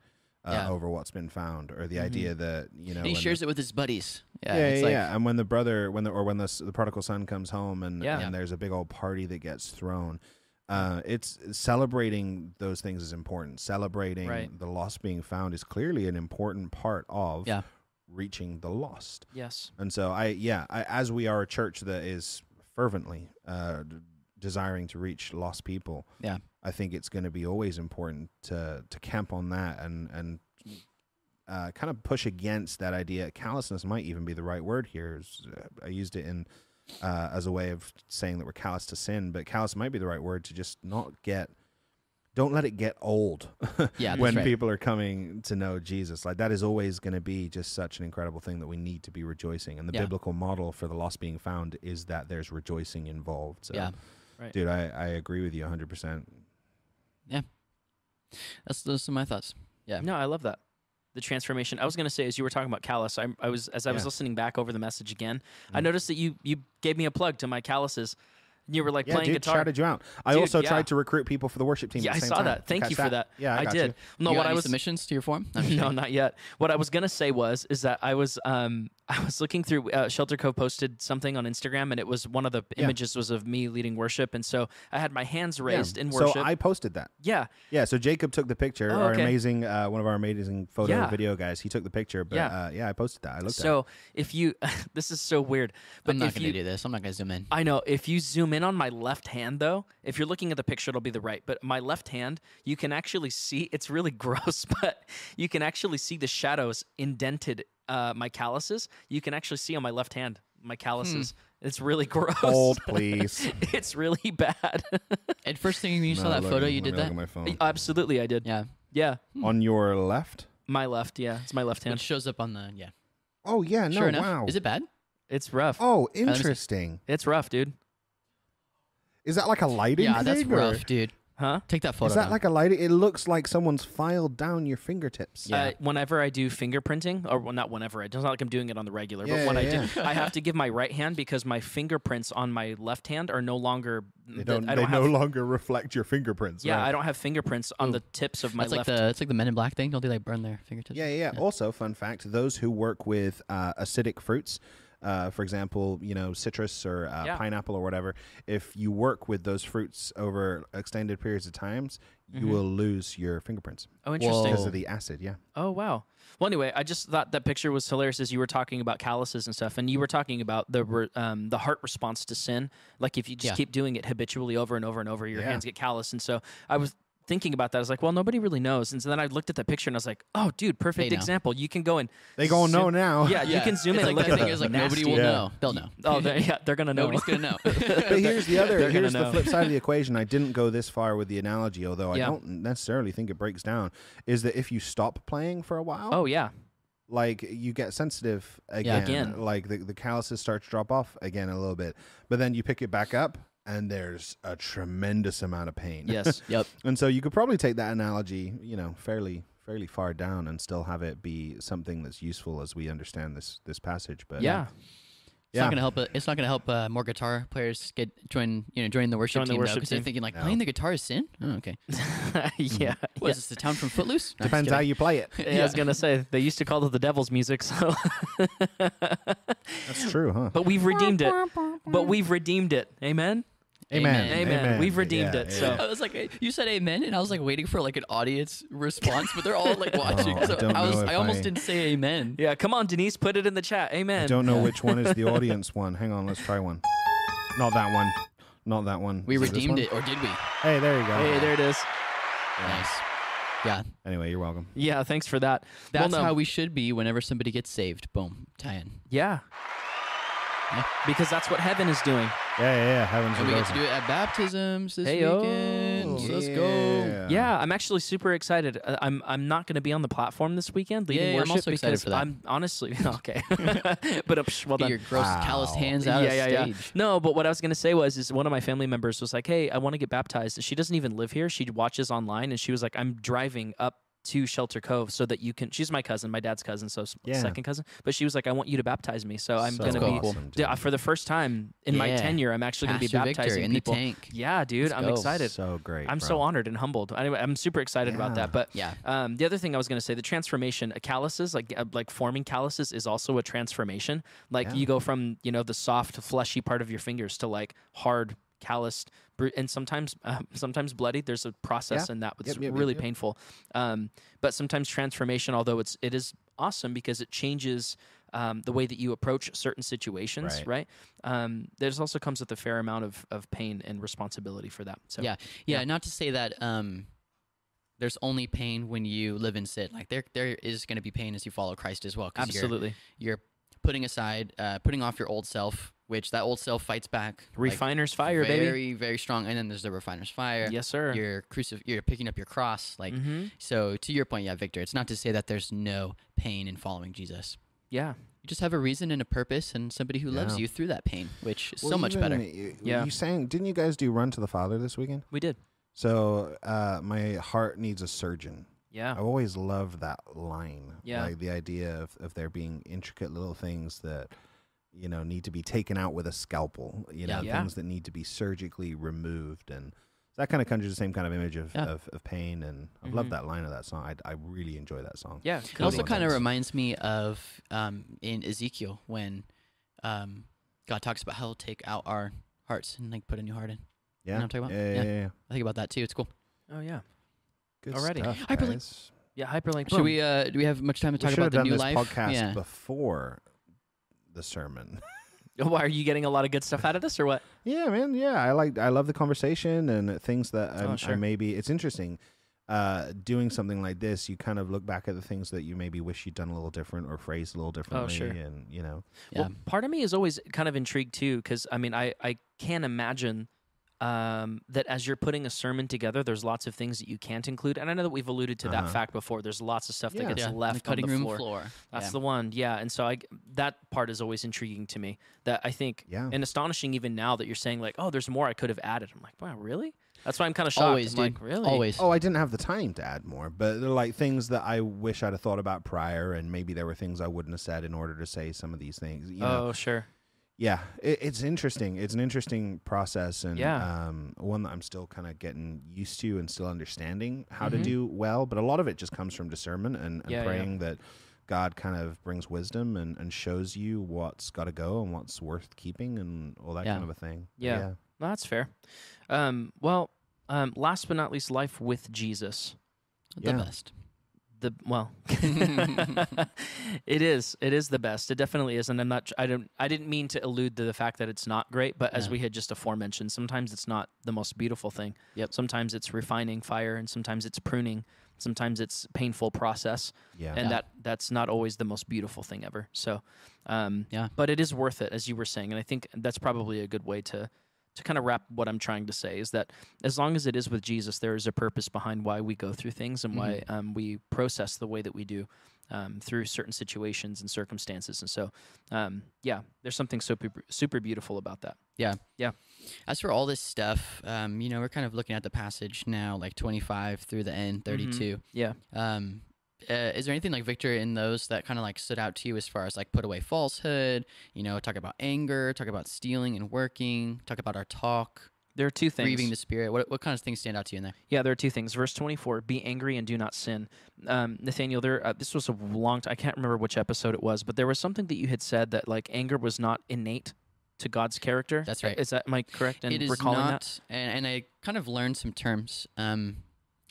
S1: uh,
S2: Yeah. Mm-hmm.
S1: over what's been found, or the idea that you know.
S2: And he
S1: when
S2: shares it with his buddies.
S1: the,
S2: Yeah,
S1: yeah, yeah,
S2: it's like,
S1: yeah. And when the brother, when the or when the s- the prodigal son comes home, and
S3: Yeah.
S1: and there's a big old party that gets thrown. Uh, it's celebrating those things is important. Celebrating
S3: Right.
S1: the lost being found is clearly an important part of
S2: Yeah.
S1: reaching the lost.
S3: Yes.
S1: And so I, yeah, I, as we are a church that is fervently uh, d- desiring to reach lost people,
S2: Yeah.
S1: I think it's going to be always important to to camp on that and and uh, kind of push against that idea. Callousness might even be the right word here. It's, uh, I used it in uh, as a way of saying that we're callous to sin, but callous might be the right word to just not get. Don't let it get old
S2: Yeah, that's
S1: when
S2: right.
S1: people are coming to know Jesus. Like that is always going to be just such an incredible thing that we need to be rejoicing. And the
S2: Yeah.
S1: biblical model for the lost being found is that there's rejoicing involved. So,
S2: Yeah.
S3: Right.
S1: dude, I, I agree with you 100%.
S2: That's those are my thoughts. Yeah.
S3: No, I love that. The transformation. I was going to say, as you were talking about callus, I, I was as I was
S1: Yeah.
S3: listening back over the message again. I
S1: Mm.
S3: noticed that you you gave me a plug to my calluses. You were like
S1: Yeah,
S3: playing
S1: dude,
S3: guitar.
S1: shouted you out. I
S3: Dude,
S1: also
S3: yeah.
S1: tried to recruit people for the worship team.
S3: yeah,
S1: at
S3: I
S1: the same
S3: saw
S1: time.
S3: that. Thank
S1: Catch
S3: you for that.
S1: Yeah, I, got
S3: did.
S1: you.
S3: No,
S2: You
S3: what
S2: got
S3: I
S2: any
S3: was
S2: submissions to your form? I'm just
S3: no,
S2: kidding.
S3: not yet. What I was gonna say was is that I was um I was looking through uh, Shelter Cove posted something on Instagram and it was one of the
S1: Yeah.
S3: images was of me leading worship and so I had my hands raised in worship.
S1: So I posted that.
S3: yeah,
S1: Yeah, so Jacob took the picture.
S3: Oh,
S1: Our
S3: okay.
S1: amazing, uh, one of our amazing photo
S3: Yeah.
S1: and video guys. He took the picture, but
S3: Yeah.
S1: uh, yeah I posted that. I looked at it.
S3: So if you, this is so weird, but
S2: I'm not
S3: if
S2: going to
S3: you,
S2: do this. I'm not going to zoom in.
S3: I know if you zoom in on my left hand though, if you're looking at the picture, it'll be the right. But my left hand, you can actually see. It's really gross, but you can actually see the shadows indented uh, my calluses. You can actually see on my left hand my calluses. It's really gross.
S1: Hmm. Hold, please.
S3: it's really bad.
S2: And first thing you
S1: No,
S2: saw that
S1: look,
S2: photo,
S1: let me
S2: you did
S1: look
S2: that.
S1: at my phone.
S3: Absolutely, I did.
S2: Yeah.
S3: Yeah.
S1: On your left?
S3: My left, yeah, it's my left
S2: Which
S3: hand.
S2: shows up on the yeah.
S1: Oh yeah, no,
S2: sure enough,
S1: wow.
S2: is it bad?
S3: It's rough.
S1: oh,
S2: me see.
S1: interesting.
S3: It's rough, dude.
S1: Is that like a lighting?
S2: yeah, that's
S1: thing, or-
S2: rough, dude.
S3: Huh?
S2: Take that photo.
S1: Is that
S2: down.
S1: like a lighting? It looks like someone's filed down your fingertips.
S2: Yeah.
S3: Uh, whenever I do fingerprinting, or well, not whenever I do, it's not like I'm doing it on the regular,
S1: Yeah,
S3: but when
S1: yeah,
S3: I do, I have to give my right hand because my fingerprints on my left hand are no longer.
S1: They don't.
S3: I
S1: they
S3: don't
S1: no
S3: have,
S1: longer reflect your fingerprints.
S3: yeah,
S1: right?
S3: I don't have fingerprints on the tips of my
S2: that's like
S3: left.
S2: the it's like the Men in Black thing. Don't they like burn their fingertips?
S1: Yeah, yeah, yeah. Also, fun fact: those who work with uh, acidic fruits, uh, for example, you know, citrus or uh,
S3: Yeah.
S1: pineapple or whatever, if you work with those fruits over extended periods of times, you will lose your fingerprints
S3: Mm-hmm. oh, interesting.
S1: because
S2: Whoa.
S1: of the acid. Yeah.
S3: Oh wow. Well, anyway, I just thought that picture was hilarious as you were talking about calluses and stuff, and you were talking about the re- um, the heart response to sin. Like if you just
S2: Yeah.
S3: keep doing it habitually over and over and over, your
S1: Yeah.
S3: hands get callous. And so I was thinking about that. I was like, well, nobody really knows. And so then I looked at that picture and I was like, oh, dude, perfect
S2: know.
S3: example. You can go and
S1: They gonna know
S3: zoom-
S1: now.
S3: Yeah, you can zoom
S2: it's Like
S3: in. and
S2: that
S3: look at
S2: thing
S3: the
S2: is like nobody will
S1: Yeah.
S2: know. They'll know.
S3: Oh, they're, yeah, they're gonna know.
S2: Nobody's gonna know.
S1: But here's the other.
S3: They're gonna
S1: Here's the
S3: know.
S1: flip side of the equation. I didn't go this far with the analogy, although I
S3: Yeah.
S1: don't necessarily think it breaks down. Is that if you stop playing for a while,
S3: oh yeah,
S1: like you get sensitive
S2: Yeah.
S1: again,
S3: Again.
S1: like the, the calluses start to drop off again a little bit but then you pick it back up and there's a tremendous amount of pain
S3: yes.
S2: yep.
S1: and so you could probably take that analogy you know fairly fairly far down and still have it be something that's useful as we understand this this passage but
S3: Yeah,
S2: It's
S1: Yeah.
S2: not gonna help. uh, It's not gonna help uh, more guitar players get join you know join the worship
S3: Join the
S2: team
S3: worship
S2: because they're
S3: team.
S2: thinking like
S1: No.
S2: playing the guitar is sin. Oh, okay.
S1: Mm-hmm.
S3: yeah.
S2: What is this? The town from Footloose? No, I'm just
S1: depends how
S2: kidding.
S1: you play it
S3: yeah. I was gonna say they used to call it the devil's music, so
S1: that's true huh
S3: but we've redeemed it. But we've redeemed it. Amen.
S2: Amen.
S3: Amen. We've redemed it, so-
S2: I was like, you said amen, and I was like waiting for like an audience response, but they're all like watching.
S1: Oh, I
S2: so
S1: don't
S2: I, was,
S1: know if
S2: I almost
S1: I-
S2: didn't say amen.
S3: Yeah, come on, Denise, put it in the chat. Amen.
S1: I don't know which one is the audience one hang on let's try one not that one not that one
S2: We
S1: Is this
S2: redeemed
S1: one?
S2: it, or did we?
S1: hey there you go
S3: Hey, there it is.
S2: Nice. Yeah,
S1: anyway you're welcome
S3: Yeah, thanks for that.
S2: that's
S3: well, no.
S2: how we should be whenever somebody gets saved. Boom, tie in.
S3: Yeah.
S2: Yeah.
S3: Because that's what heaven is doing.
S1: yeah yeah, yeah. heavens
S2: And we
S1: are
S2: get to
S1: open.
S2: do it at baptisms this
S3: Heyo.
S2: weekend. So Let's go.
S3: Yeah, I'm actually super excited. Uh, I'm I'm not going to be on the platform this weekend leading
S2: Yeah, yeah, I'm
S3: worship
S2: also excited
S3: because
S2: for that.
S3: I'm honestly okay. but uh, psh, well
S2: Get
S3: done.
S2: your gross calloused
S1: Wow.
S2: hands out of stage.
S3: No, but what I was gonna say was, is one of my family members was like, "Hey, I want to get baptized." She doesn't even live here. She watches online, and she was like, "I'm driving up to Shelter Cove so that you can." She's my cousin, my dad's cousin, so s-
S1: Yeah.
S3: second cousin. But she was like, "I want you to baptize me." So I'm
S1: So
S3: gonna be
S2: cool.
S3: yeah, for the first time in my
S2: Yeah.
S3: tenure. I'm actually gonna be
S2: Pastor Victor
S3: baptizing
S2: in
S3: people.
S2: the tank.
S3: Yeah, dude,
S2: Let's
S3: I'm
S2: go.
S3: excited.
S1: So great.
S3: I'm so
S1: bro.
S3: honored and humbled. Anyway, I'm super excited about
S1: Yeah.
S3: that. But
S2: Yeah.
S3: um, the other thing I was going to say, the transformation, uh, calluses, like uh, like forming calluses, is also a transformation. Like
S1: Yeah.
S3: you go from you know the soft, fleshy part of your fingers to like hard, calloused, bru- and sometimes uh, sometimes bloody. There's a process
S1: Yeah.
S3: in that. It's
S1: Yep, yep, yep,
S3: really
S1: yep.
S3: painful. Um, but sometimes transformation, although it's it is awesome because it changes. Um, the way that you approach certain
S1: Right.
S3: situations, right? Um, there's also comes with a fair amount of, of pain and responsibility for that. So
S2: yeah, yeah, Not to say that um, there's only pain when you live in sin. Like there, there is going to be pain as you follow Christ as well. 'cause you're-
S3: absolutely.
S2: you're, putting aside, uh, putting off your old self, which that old self fights back. like,
S3: Refiner's fire,
S2: very,
S3: baby.
S2: Very, strong. And then there's the refiner's fire.
S3: Yes, sir.
S2: You're crucif- You're picking up your cross. Like
S3: Mhm.
S2: so. To your point, yeah, Victor. It's not to say that there's no pain in following Jesus.
S3: Yeah.
S2: You just have a reason and a purpose, and somebody who loves
S1: Yeah.
S2: you through that pain, which is
S1: Well,
S2: so much
S1: even,
S2: better.
S1: uh, You,
S3: Yeah.
S1: You sang. Didn't you guys do Run to the Father this weekend?
S3: We did.
S1: So uh, my heart needs a surgeon.
S3: Yeah.
S2: Oh.
S1: I've always loved that line.
S3: Yeah.
S1: Like the idea of, of there being intricate little things that, you know, need to be taken out with a scalpel, you know,
S2: Yeah.
S3: Yeah.
S1: things that need to be surgically removed. And that kind of conjures the same kind of image of,
S2: Yeah. Mm-hmm.
S1: of, of pain. And I've loved that line of that song. I, I really enjoy that song.
S3: Yeah.
S2: It
S1: Cool.
S2: also
S1: Little
S2: kind of
S1: things.
S2: reminds me of um, in Ezekiel when um, God talks about how He'll take out our hearts and like put a new heart in.
S1: Yeah.
S2: know what I'm talking about?
S1: Yeah.
S2: Yeah.
S1: yeah, yeah, yeah.
S2: I think about that too. It's cool.
S3: Oh yeah.
S1: Good
S3: Alrighty.
S1: stuff.
S2: Hyperlink.
S1: guys.
S3: Yeah. Hyperlink.
S2: Should we? Uh, do we have much time to
S1: we
S2: talk
S1: should have
S2: about the
S1: done
S2: new
S1: this
S2: life?
S1: podcast
S2: yeah.
S1: before the sermon.
S2: uh,
S3: Why are you getting a lot of good stuff out of this or what?
S1: yeah, man. Yeah, I like I love the conversation and things that I'm,
S3: Oh,
S1: I
S3: sure.
S1: maybe it's interesting. Uh, doing something like this, you kind of look back at the things that you maybe wish you'd done a little different or phrased a little differently,
S3: Oh, sure.
S1: and you know,
S2: yeah.
S3: Well, part of me is always kind of intrigued too, because I mean, I I can imagine um, that as you're putting a sermon together, there's lots of things that you can't include. And I know that we've alluded to that
S1: Uh-huh.
S3: fact before. There's lots of stuff
S1: Yeah.
S3: that gets
S2: yeah, on
S3: left
S2: the cutting
S3: on the
S2: room
S3: floor. That's
S2: yeah.
S3: the one, yeah. And so I that part is always intriguing to me. That I think
S1: Yeah.
S3: and astonishing even now that you're saying like, oh, there's more I could have added. I'm like, wow, really? That's why I'm kind of shocked.
S2: always,
S3: I'm
S2: dude.
S3: like, really?
S2: Always.
S1: Oh, I didn't have the time to add more, but they're like things that I wish I'd have thought about prior, and maybe there were things I wouldn't have said in order to say some of these things. You know,
S3: Oh, sure.
S1: yeah, it, it's interesting. It's an interesting process, and
S3: Yeah.
S1: um, one that I'm still kind of getting used to and still understanding how
S3: Mhm.
S1: to do well. But a lot of it just comes from discernment and, and
S3: Yeah, yeah.
S1: praying that God kind of brings wisdom and, and shows you what's got to go and what's worth keeping and all that
S2: Yeah.
S1: kind of a thing.
S3: Yeah. No, that's fair. Um, well, um, last but not least, life with Jesus.
S2: The
S1: Yeah.
S2: best.
S3: The well, it is. It is the best. It definitely is. And I'm not. I don't. I didn't mean to allude to the fact that it's not great. But as
S2: Yeah.
S3: we had just aforementioned, sometimes it's not the most beautiful thing.
S2: Yep.
S3: Sometimes it's refining fire, and sometimes it's pruning. Sometimes it's painful process,
S1: Yeah.
S3: and
S2: Yeah.
S3: that that's not always the most beautiful thing ever. So, um,
S2: Yeah.
S3: But it is worth it, as you were saying, and I think that's probably a good way to to kind of wrap what I'm trying to say is that as long as it is with Jesus, there is a purpose behind why we go through things and why
S2: Mm-hmm.
S3: um, we process the way that we do um, through certain situations and circumstances. And so, um, yeah, there's something super super beautiful about that.
S2: As for all this stuff, um, you know, we're kind of looking at the passage now, like 25 through the
S1: Mm-hmm.
S2: end, 32.
S3: Yeah.
S2: Um, uh, is there anything like Victor in those that kind of like stood out to you as far as like put away falsehood? You know, talk about anger, talk about stealing and working, talk about our talk,
S3: There are two things.
S2: grieving the spirit. What what kind of things stand out to you in there?
S3: Yeah, there are two things. Verse 24, be angry and do not sin. Um, Nathaniel, there uh, this was a long time. I can't remember which episode it was, but there was something that you had said that like anger was not innate to God's character. Uh,
S2: That's right.
S3: Is that am I correct in
S2: it is
S3: recalling
S2: not,
S3: that?
S2: And, and I kind of learned some terms. Um,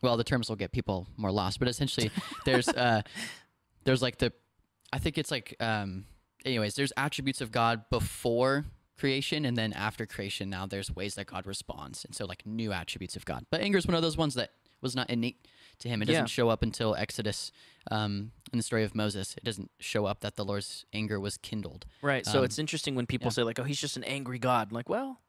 S2: well, the terms will get people more lost, but essentially, there's uh, there's like the, I think it's like, um, anyways, there's attributes of God before creation and then after creation. Now there's ways that God responds, and so like new attributes of God. But anger is one of those ones that was not innate to him. It doesn't
S3: Yeah.
S2: show up until Exodus, um, in the story of Moses. It doesn't show up that the Lord's anger was kindled.
S3: Right. So
S2: Um,
S3: it's interesting when people
S2: yeah.
S3: say like, "Oh, he's just an angry God." I'm like, well,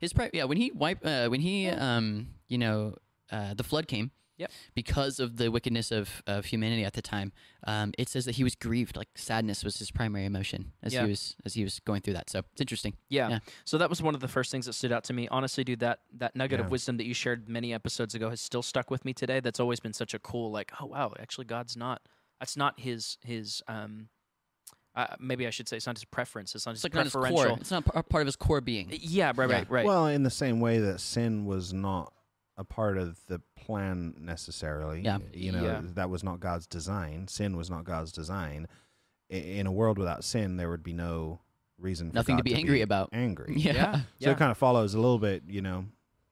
S2: His pri- yeah, when he wipe uh, when he um you know uh, the flood came.
S3: Yep.
S2: Because of the wickedness of, of humanity at the time, um, it says that he was grieved. Like sadness was his primary emotion as
S3: Yeah.
S2: he was as he was going through that. So it's interesting.
S3: Yeah.
S2: Yeah.
S3: So that was one of the first things that stood out to me. Honestly, dude, that that nugget
S1: Yeah.
S3: of wisdom that you shared many episodes ago has still stuck with me today. That's always been such a cool, like, oh wow, actually, God's not. That's not his his um. Uh, maybe I should say it's not his preference. It's not his
S2: It's like not his
S3: preferential.
S2: core. It's not par- part of his core being.
S3: Yeah. Right.
S2: Yeah.
S3: Right. Right.
S1: Well, in the same way that sin was not a part of the plan necessarily.
S2: Yeah.
S1: You know,
S3: Yeah.
S1: that was not God's design. Sin was not God's design. I- In a world without sin, there would be no reason for
S2: Nothing to
S1: God
S2: be angry about.
S1: Angry.
S2: Yeah.
S3: yeah.
S1: So
S3: Yeah.
S1: it kind of follows a little bit, you know,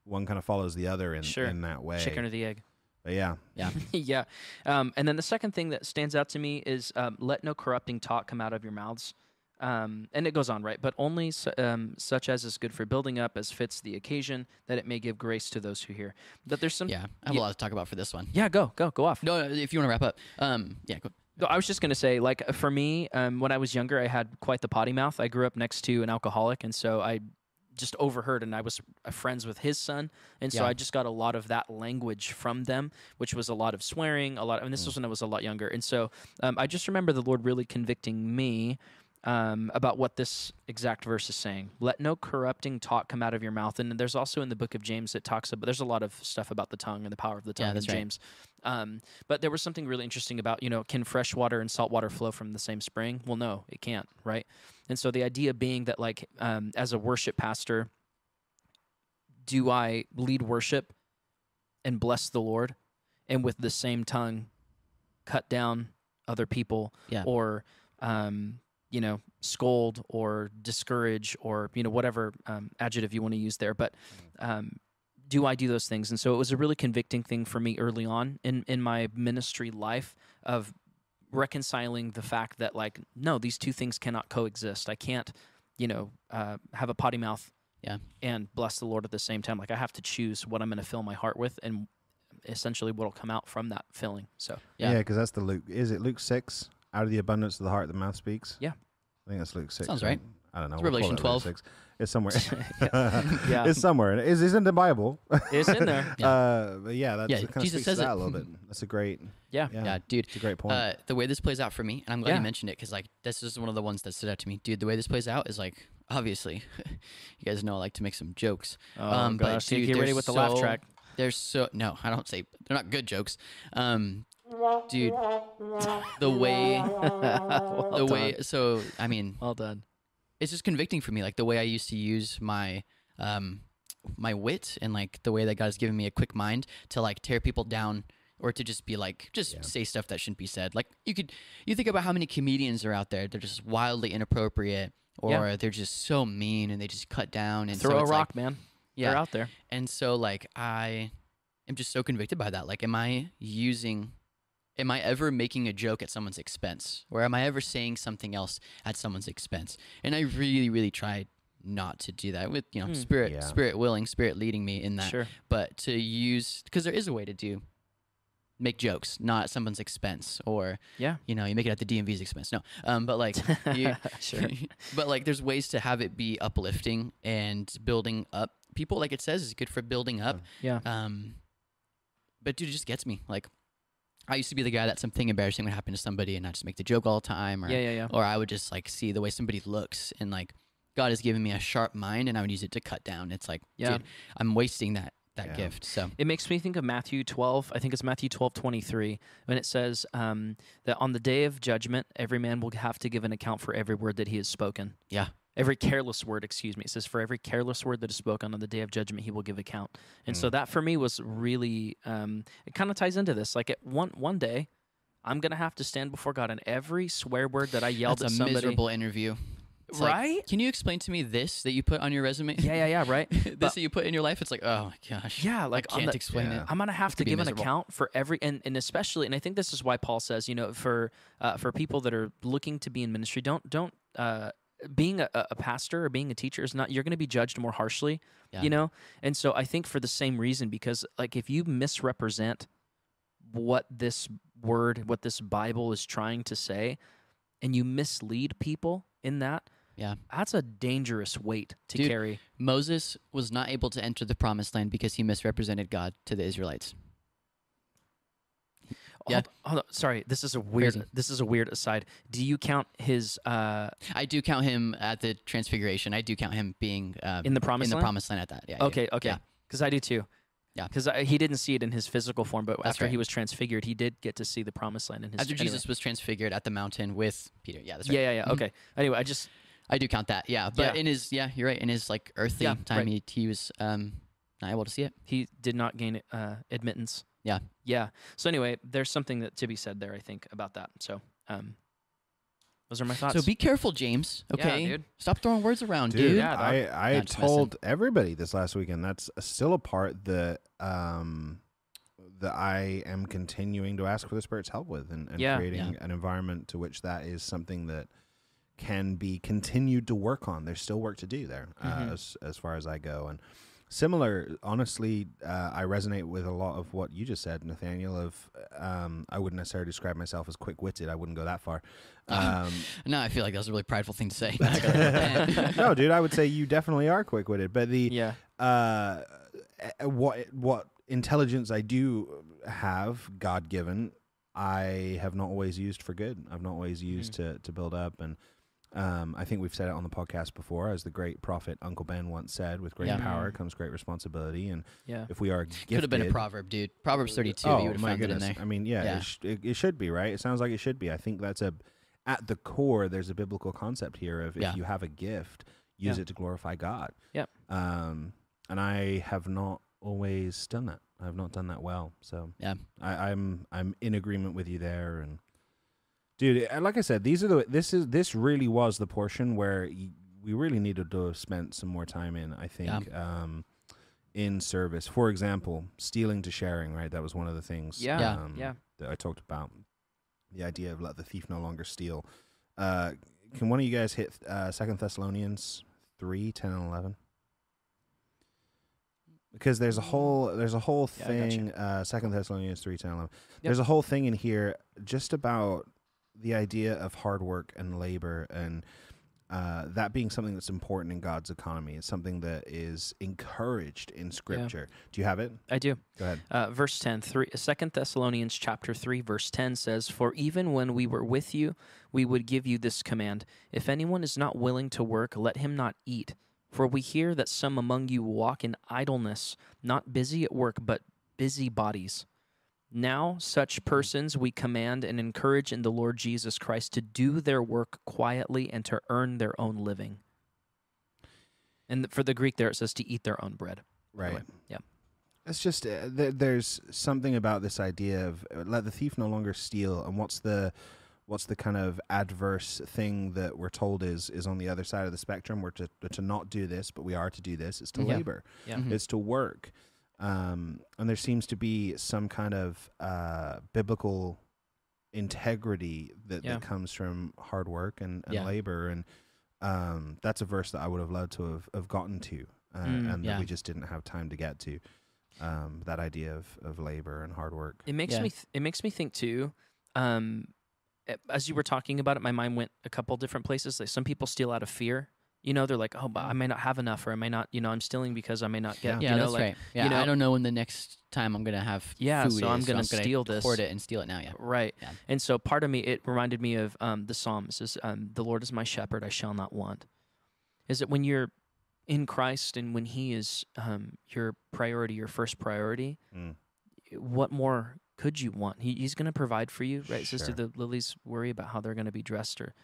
S1: one kind of follows the other in,
S3: Sure.
S1: in that way.
S3: Chicken or the egg.
S1: But yeah.
S3: yeah. Um, and then the second thing that stands out to me is um, let no corrupting talk come out of your mouths. Um, and it goes on, right? But only su- um, such as is good for building up, as fits the occasion, that it may give grace to those who hear. That there's some.
S2: Yeah. I have
S3: Yeah.
S2: a lot to talk about for this one.
S3: Yeah, go, go, go off.
S2: No, no, if you want to wrap up. Um, yeah. Go.
S3: No, I was just gonna say, like for me, um, when I was younger, I had quite the potty mouth. I grew up next to an alcoholic, and so I just overheard, and I was uh, friends with his son, and so
S2: Yeah.
S3: I just got a lot of that language from them, which was a lot of swearing, a lot. and
S2: Mm.
S3: this was when I was a lot younger, and so um, I just remember the Lord really convicting me. Um, about what this exact verse is saying. Let no corrupting talk come out of your mouth. And there's also in the book of James it talks about. There's a lot of stuff about the tongue and the power of the tongue in
S2: that's right.
S3: James. Um, but there was something really interesting about, you know, can fresh water and salt water flow from the same spring? Well, no, it can't, right? And so the idea being that, like, um, as a worship pastor, do I lead worship and bless the Lord and with the same tongue cut down other people
S2: Yeah.
S3: or, um, you know, scold or discourage or, you know, whatever um, adjective you want to use there. But um, do I do those things? And so it was a really convicting thing for me early on in, in my ministry life of reconciling the fact that, like, no, these two things cannot coexist. I can't, you know, uh, have a potty mouth
S2: Yeah.
S3: and bless the Lord at the same time. Like, I have to choose what I'm going to fill my heart with and essentially what will come out from that filling. So,
S2: Yeah.
S1: Yeah, because that's the Luke. Is it Luke 6? Out of the abundance of the heart, the mouth speaks?
S3: Yeah.
S1: I think that's Luke 6.
S2: Sounds right.
S1: I don't know.
S2: It's
S1: we'll call
S2: Revelation
S1: it
S2: 12.
S1: six. It's somewhere.
S3: Yeah.
S1: It's somewhere. It is, it's in the Bible.
S3: It's in there.
S2: Yeah.
S1: Uh, but yeah, that's
S2: Yeah,
S1: it kinda
S2: Jesus
S1: speaks
S2: says
S1: to
S2: it.
S1: that a little bit. That's a great.
S3: Yeah.
S1: Yeah,
S2: yeah, dude.
S1: it's a great point.
S2: Uh, the way this plays out for me, and I'm glad
S3: Yeah.
S2: you mentioned it because like this is one of the ones that stood out to me, dude. The way this plays out is like obviously, you guys know I like to make some jokes.
S3: Oh
S2: Um, but
S3: gosh, dude,
S2: dude,
S3: get ready
S2: there's
S3: with the laugh
S2: so-
S3: track.
S2: They're so no, I don't say they're not good jokes. Um, dude, the way
S3: well
S2: the
S3: done.
S2: way so I mean
S3: Well done.
S2: it's just convicting for me like the way i used to use my um my wit and like the way that god's given me a quick mind to like tear people down or to just be like just say stuff that shouldn't be said like you could you think about how many comedians are out there they're just wildly inappropriate or
S3: Yeah.
S2: they're just so mean and they just cut down and so
S3: Throw a
S2: it's like-
S3: rock, man. They're out there.
S2: and so like I am just so convicted by that. Like am I using am I ever making a joke at someone's expense? Or am I ever saying something else at someone's expense? And I really, really try not to do that with, you know,
S3: Mm.
S2: spirit
S1: Yeah.
S2: spirit willing, spirit leading me in that.
S3: Sure.
S2: But to use because there is a way to do make jokes, not at someone's expense or
S3: Yeah.
S2: you know, you make it at the DMV's expense. No. Um but like you,
S3: sure.
S2: but like there's ways to have it be uplifting and building up people like it says is good for building up
S3: Yeah.
S2: um but dude it just gets me like i used to be the guy that something embarrassing would happen to somebody and i just make the joke all the time or
S3: Yeah, yeah, yeah.
S2: or i would just like see the way somebody looks and like god has given me a sharp mind and i would use it to cut down it's like
S3: Yeah.
S2: dude i'm wasting that that
S1: Yeah.
S2: gift so
S3: It makes me think of Matthew 12. I think it's Matthew 12, 23, when it says um, that on the day of judgment, every man will have to give an account for every word that he has spoken.
S2: Yeah.
S3: Every careless word, excuse me. It says, for every careless word that is spoken on the day of judgment, he will give account. And
S2: Mm.
S3: so that for me was really, um, it kind of ties into this. Like at one, one day, I'm going to have to stand before God, and every swear word that I yelled
S2: that's a
S3: at somebody.
S2: miserable interview It's like,
S3: Right?
S2: can you explain to me this that you put on your resume
S3: Yeah, yeah, yeah, right?
S2: this
S3: But-
S2: that you put in your life it's like oh my gosh
S3: Yeah,
S2: i
S3: like on
S2: can't
S3: the-
S2: explain
S1: Yeah.
S2: it
S3: I'm gonna have to
S2: be
S3: give an
S2: miserable.
S3: account for every and, and especially and I think this is why Paul says you know for uh, for people that are looking to be in ministry don't don't uh, being a, a pastor or being a teacher is not you're gonna be judged more harshly
S2: Yeah.
S3: you know and so I think for the same reason because like if you misrepresent what this word what this Bible is trying to say and you mislead people in that
S2: Yeah.
S3: that's a dangerous weight to
S2: Dude,
S3: carry
S2: Moses was not able to enter the promised land because he misrepresented God to the Israelites. yeah.
S3: Hold, hold on. Sorry, this is a weird.
S2: Crazy.
S3: This is a weird aside. Do you count his uh,
S2: I do count him at the transfiguration. I do count him being um,
S3: in the promised land?
S2: promised land at that. Yeah. I do.
S3: Okay, okay.
S2: Yeah.
S3: Because I do too.
S2: Yeah.
S3: Because he didn't see it in his physical form, but
S2: That's
S3: after he
S2: right.
S3: was transfigured, he did get to see the promised land in his.
S2: After
S3: anyway.
S2: Jesus was transfigured at the mountain with Peter. Yeah, that's right.
S3: Yeah, yeah, yeah.
S2: Mhm.
S3: Okay. Anyway, I just
S2: I do count that. Yeah, but
S3: Yeah.
S2: in his yeah, you're right. In his like earthly
S3: Yeah,
S2: time, he, he was um not able to see it.
S3: he did not gain uh, admittance.
S2: Yeah.
S3: Yeah. So anyway, there's something that to be said there. I think about that. So um, those are my thoughts.
S2: So be careful, James.
S3: Yeah,
S2: Okay,
S3: dude.
S2: stop throwing words around, dude.
S1: dude,
S3: yeah, dog.
S1: I I
S2: Yeah, just messing.
S1: told everybody this last weekend. That's still a part that um that I am continuing to ask for the Spirit's help with, and, and
S3: Yeah.
S1: creating an environment to which that is something that can be continued to work on. There's still work to do there,
S3: Mm-hmm.
S1: uh, as as far as I go, and. Similar, honestly, uh, I resonate with a lot of what you just said, Nathaniel. Of um, I wouldn't necessarily describe myself as quick-witted. I wouldn't go that far. Um,
S2: No, I feel like that was a really prideful thing to say.
S1: no, dude, I would say you definitely are quick-witted, but the
S3: yeah.
S1: uh, what what intelligence I do have, God given, I have not always used for good. I've not always
S2: Mm.
S1: used to to build up, and um, I think we've said it on the podcast before, as the great prophet Uncle Ben once said, "With great
S2: Yeah.
S1: power comes great responsibility." And
S3: Yeah.
S1: if we are gifted,
S2: Could have been a proverb, dude. Proverbs 32.
S1: Oh
S2: you would have
S1: my
S2: found
S1: goodness!
S2: it in there.
S1: I mean, yeah,
S2: Yeah.
S1: It, sh- it, it should be right. It sounds like it should be. I think that's a at the core. There's a biblical concept here of if
S2: Yeah.
S1: you have a gift, use
S3: Yeah.
S1: it to glorify God.
S3: Yep.
S1: Um, and I have not always done that. I have not done that well. So
S2: Yeah.
S1: I, I'm I'm in agreement with you there. And dude, I- like I said, these are the this is this really was the portion where y- we really needed to have spent some more time in. I
S2: Yeah.
S1: think. Um, in service. For example, stealing to sharing, right? That was one of the things
S3: Yeah,
S2: Yeah.
S1: um,
S3: yeah.
S1: that I talked about. The idea of let the thief no longer steal. Uh, can one of you guys hit uh, Second Thessalonians 3, 10 and 11? Because there's a whole there's a whole
S3: Mm. Yeah, I gotcha.
S1: thing uh, Second Thessalonians 3, 10 and 11.
S3: Yep.
S1: There's a whole thing in here just about the idea of hard work and labor and uh, that being something that's important in God's economy. It's something that is encouraged in Scripture. Do you have it?
S3: I do.
S1: Go ahead.
S3: Uh, verse 10, three, 2 Thessalonians chapter 3, verse 10 says, For even when we were with you, we would give you this command If anyone is not willing to work, let him not eat. For we hear that some among you walk in idleness, not busy at work, but busy bodies. Now, such persons we command and encourage in the Lord Jesus Christ to do their work quietly and to earn their own living. And for the Greek, there it says to eat their own bread. by the
S1: Right.
S3: way. Yeah.
S1: It's just uh, th- there's something about this idea of uh, let the thief no longer steal, and what's the what's the kind of adverse thing that we're told is is on the other side of the spectrum? We're to to not do this, but we are to do this. It's to
S3: Yeah.
S1: labor.
S3: Yeah.
S2: Mhm.
S1: It's to work. Um, and there seems to be some kind of uh, biblical integrity that,
S3: Yeah.
S1: that comes from hard work and, and
S2: Yeah.
S1: labor, and um, that's a verse that I would have loved to have, have gotten to, uh,
S3: Mm,
S1: and
S2: yeah.
S1: that we just didn't have time to get to um, that idea of, of labor and hard work.
S3: It makes
S2: Yeah.
S3: me. Th- it makes me think too. Um, a- as you were talking about it, my mind went a couple different places. Like some people steal out of fear. You know, they're like, "Oh, but I may not have enough, or I may not. You know, I'm stealing because I may not get.
S1: Yeah.
S3: Oh, you
S2: Yeah,
S3: know,
S2: that's
S3: like,
S2: right. Yeah,
S3: know-
S2: I don't know when the next time I'm gonna have
S3: Yeah,
S2: food
S3: so I'm
S2: is,
S3: gonna
S2: so I'm
S3: steal
S2: gonna
S3: this.
S2: hoard it and steal it now. Yeah,
S3: Right.
S2: Yeah.
S3: And so part of me, it reminded me of um, the Psalms is um, the Lord is my shepherd, I shall not want. Is that when you're in Christ and when he is um, your priority, your first priority,
S1: Mm.
S3: what more could you want? He, he's going to provide for you, right? It says, do
S1: Sure.
S3: the lilies worry about how they're going to be dressed or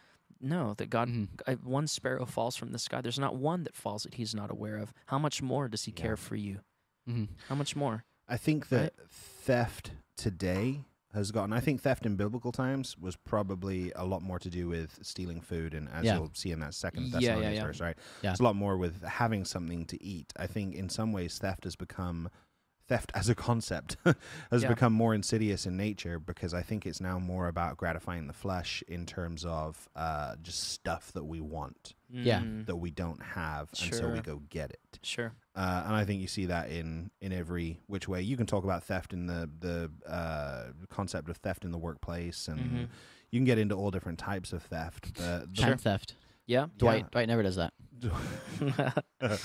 S3: no, that
S1: Mm.
S3: God,
S2: Mhm.
S3: uh, one sparrow falls from the sky. There's not one that falls that he's not aware of. How much more does he
S1: Yeah.
S3: care for you?
S2: Mhm.
S3: How much more?
S1: I think that theft today has gotten. I think theft in biblical times was probably a lot more to do with stealing food, and as
S2: Yeah.
S1: you'll see in that second
S3: Yeah, yeah,
S1: Thessalonians
S3: yeah.
S1: verse, right?
S2: Yeah.
S1: It's a lot more with having something to eat. I think in some ways theft has become theft as a concept has
S3: Yeah.
S1: become more insidious in nature because I think it's now more about gratifying the flesh in terms of uh, just stuff that we want
S2: Yeah.
S3: Mm,
S1: that we don't have, and so we
S3: Sure.
S1: go get it.
S3: Sure.
S1: Uh, and I think you see that in, in every which way. You can talk about theft in the the uh, concept of theft in the workplace, and
S3: Mhm.
S1: you can get into all different types of theft. Uh, the-
S2: Time theft.
S3: Yeah.
S2: Dwight Dwight never does that.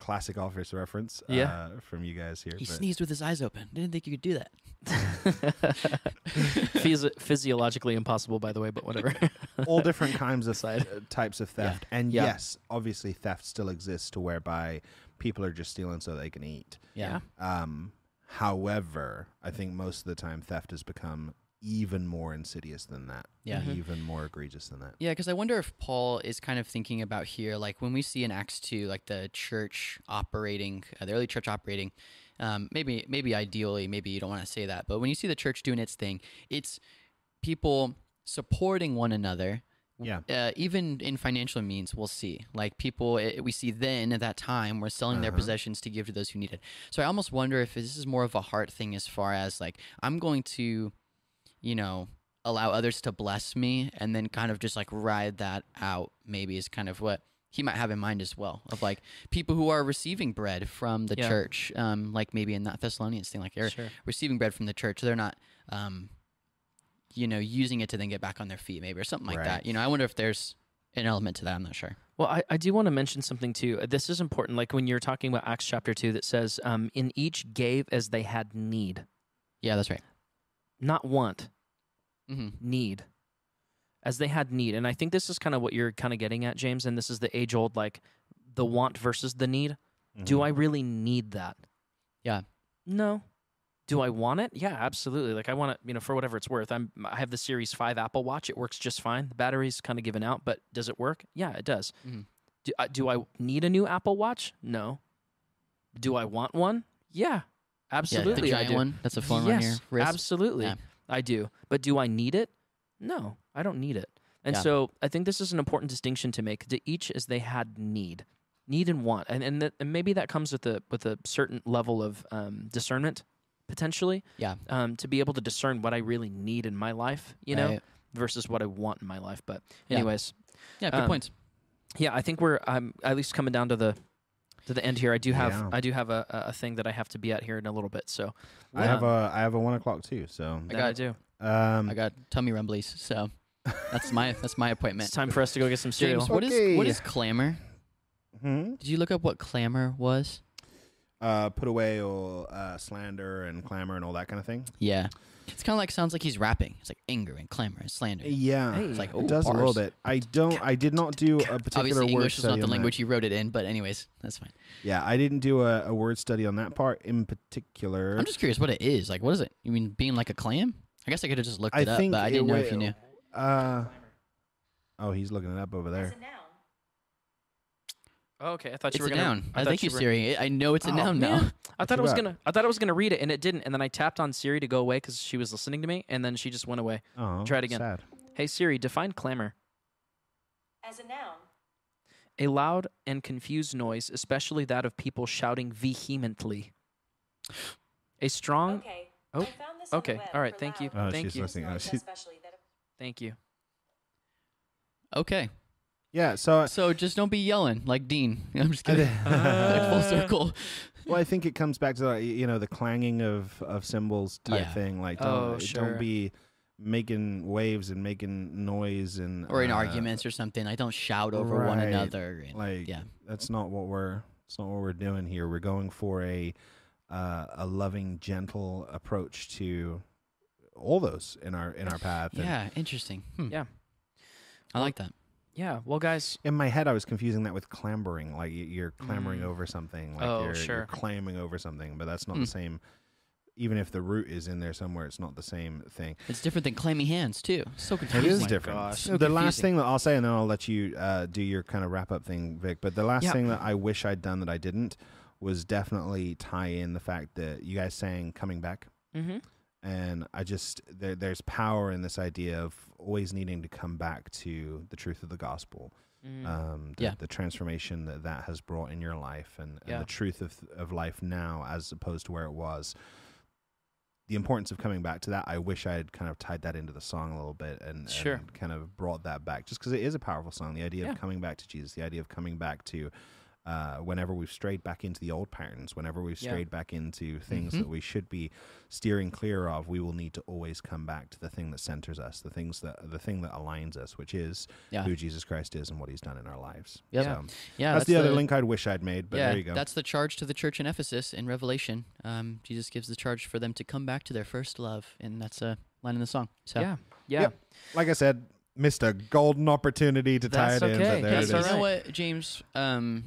S1: classic office reference,
S3: Yeah.
S1: uh, from you guys here.
S2: He
S1: but-
S2: sneezed with his eyes open. Didn't think you could do that.
S3: Physi- physiologically impossible, by the way, but whatever.
S1: all different kinds of
S3: Side.
S1: uh, types of theft. And
S3: Yeah.
S1: yes, obviously, theft still exists to whereby people are just stealing so they can eat.
S2: Yeah.
S1: Um, however, I think most of the time theft has become even more insidious than that.
S2: Yeah. Mhm.
S1: Even more egregious than that.
S2: Yeah, because I wonder if Paul is kind of thinking about here, like when we see in Acts two, like the church operating, uh, the early church operating. Um, maybe, maybe ideally, maybe you don't want to say that, but when you see the church doing its thing, it's people supporting one another.
S1: Yeah.
S2: Uh, even in financial means, we'll see. Like people, it, we see then at that time, were selling their
S1: Uh-huh.
S2: possessions to give to those who need it. So I almost wonder if this is more of a heart thing, as far as like I'm going to you know, allow others to bless me and then kind of just like ride that out, maybe is kind of what he might have in mind as well of like people who are receiving bread from the
S3: Yeah.
S2: church, um, like maybe in that Thessalonians thing, like they're
S3: Sure.
S2: receiving bread from the church. They're not, um, you know, using it to then get back on their feet, maybe, or something like
S1: Right.
S2: that. You know, I wonder if there's an element to that. I'm not sure.
S3: Well, I, I do want to mention something too. Uh, This is important. Like when you're talking about Acts chapter 2, that says, um, in each gave as they had need,
S2: Yeah, that's right.
S3: not want,
S2: hmm
S3: need, as they had need. And I think this is kind of what you're kind of getting at, James. And this is the age old, like the want versus the need.
S2: Mm-hmm.
S3: Do I really need that?
S2: Yeah.
S3: No. Do I want it? Yeah, absolutely. Like I want it, you know, for whatever it's worth. I'm I have the Series 5 Apple Watch. It works just fine. The battery's kind of given out, but does it work? Yeah, it does.
S2: Mhm.
S3: Do, I, do I need a new Apple Watch? No. Do I want one? Yeah.
S2: yeah, the
S3: Absolutely I
S2: giant
S3: do.
S2: one. That's a phone
S3: yes,
S2: on your wrist.
S3: Absolutely.
S2: Yeah.
S3: I do. But do I need it? No, I don't need it. And
S2: Yeah.
S3: so I think this is an important distinction to make to each as they had need. Need and want. And and, that and maybe that comes with a with a certain level of um, discernment potentially.
S2: Yeah.
S3: Um, to be able to discern what I really need in my life, you know,
S2: Right.
S3: versus what I want in my life. But
S2: Yeah.
S3: anyways,
S2: Yeah, good
S3: um,
S2: points.
S3: yeah, I think we're I'm at least coming down to the to the end here. I do have
S1: Yeah.
S3: I do have a, a a thing that I have to be at here in a little bit. So
S1: I have
S3: um,
S1: a I have a one o'clock too. So
S2: I
S3: that I
S2: got-
S3: do.
S1: um,
S2: I got tummy rumblies, so That's my that's my
S3: It's
S2: appointment.
S3: time for us to go get some cereal.
S2: James, what is what
S1: Okay.
S2: is clamor?
S1: Hmm?
S2: Did you look up what clamor was?
S1: Uh, put away or uh, slander and clamor and all that kind of thing.
S2: Yeah, it's kind of like sounds like he's rapping. It's like anger and clamor and slander.
S1: Yeah,
S3: Hey.
S2: It's like ooh,
S1: it does a little
S2: bars.
S1: bit. I don't. I did not do a particular
S2: Obviously,
S1: word
S2: English was
S1: study
S2: not the
S1: on that.
S2: language he wrote it in, but anyways, that's fine.
S1: Yeah, I didn't do a, a word study on that part in particular.
S2: I'm just curious what it is. Like, what is it? You mean being like a clam? I guess I could have just looked
S1: I
S2: it up,
S1: think
S2: but I
S1: it
S2: didn't know if you
S1: will-
S2: knew.
S1: Uh, oh, he's looking it up over there.
S3: Oh, okay, I thought
S2: It's
S3: you were
S2: a
S3: gonna.
S2: noun.
S3: I
S2: Uh,
S3: thought
S2: Thank you,
S3: were-
S2: Siri. I I know it's a
S1: Oh,
S2: noun now.
S3: man. I thought
S1: too
S3: I was
S1: bad.
S3: gonna. I thought I was gonna read it, and it didn't. And then I tapped on Siri to go away because she was listening to me, and then she just went away.
S1: Oh,
S3: Try it again.
S1: sad.
S3: Hey Siri, define clamor.
S4: As a noun,
S3: A loud and confused noise, especially that of people shouting vehemently. A strong.
S4: okay.
S3: Oh,
S4: I found this on the
S3: okay,
S4: web
S3: all right,
S4: for
S3: thank you.
S4: loud
S1: Oh,
S3: Thank
S1: she's
S3: you.
S1: listening. Oh,
S4: noise
S1: she's,
S4: especially that-
S3: Thank you.
S2: Okay,
S1: yeah. So,
S2: so just don't be yelling like Dean. I'm just
S1: I,
S2: kidding. like full
S3: Uh,
S2: circle.
S1: well, I think it comes back to like, you know the clanging of of cymbals type
S2: Yeah.
S1: thing. Like, don't,
S3: Oh,
S1: don't
S3: sure.
S1: be making waves and making noise and
S2: Or in
S1: uh,
S2: arguments or something. Like, don't shout over one
S1: right,
S2: another. and-
S1: Like,
S2: yeah.
S1: that's not what we're. It's not what we're doing here. We're going for a uh, a loving, gentle approach to all those in our in our path. and-
S2: Yeah, interesting. Hmm.
S3: Yeah.
S2: I like that.
S3: Yeah. Well, guys,
S1: in my head, I was confusing that with clambering, like y- you're clambering
S3: Mm.
S1: over something, like
S3: Oh,
S1: you're,
S3: sure.
S1: you're clamming over something, but that's not
S2: Hmm.
S1: the same. Even if the root is in there somewhere, it's not the same thing.
S2: It's different than clammy hands too. So
S1: It
S2: confusing.
S1: is
S3: my
S1: different.
S3: gosh.
S2: So
S1: Oh the last
S2: confusing.
S1: thing that I'll say, and then I'll let you uh, do your kind of wrap up thing, Vic. But the last
S3: Yeah.
S1: thing that I wish I'd done that I didn't was definitely tie in the fact that you guys saying coming back,
S3: Mm-hmm.
S1: and I just there, there's power in this idea of always needing to come back to the truth of the gospel.
S3: Mm. Mm-hmm. Uh,
S1: um, the,
S2: Yeah.
S1: the transformation that that has brought in your life and, and
S3: Yeah.
S1: the truth of, of life now as opposed to where it was. The importance of coming back to that, I wish I had kind of tied that into the song a little bit and,
S3: Sure.
S1: and kind of brought that back just because it is a powerful song. The idea
S3: Yeah.
S1: of coming back to Jesus, the idea of coming back to uh, whenever we've strayed back into the old patterns, whenever we've
S3: Yeah. Mm-hmm.
S1: strayed back into things
S2: Mhm.
S1: that we should be steering clear of, we will need to always come back to the thing that centers us, the things that the thing that aligns us, which is
S2: Yeah.
S1: who Jesus Christ is and what He's done in our lives.
S2: Yep.
S1: So,
S2: Yeah.
S1: that's,
S2: Yeah,
S1: the, other link I'd wish I'd made. But
S2: yeah,
S1: there you go.
S2: that's the charge to the church in Ephesus in Revelation. Um, Jesus gives the charge for them to come back to their first love, and that's a line in the song. So
S3: Yeah. Yeah.
S1: Yep. like I said, missed a golden opportunity to tie
S3: That's
S1: it in.
S3: okay.
S1: But there
S3: That's
S1: it
S2: you
S1: is.
S3: all
S2: know
S3: right.
S2: what, James? Um,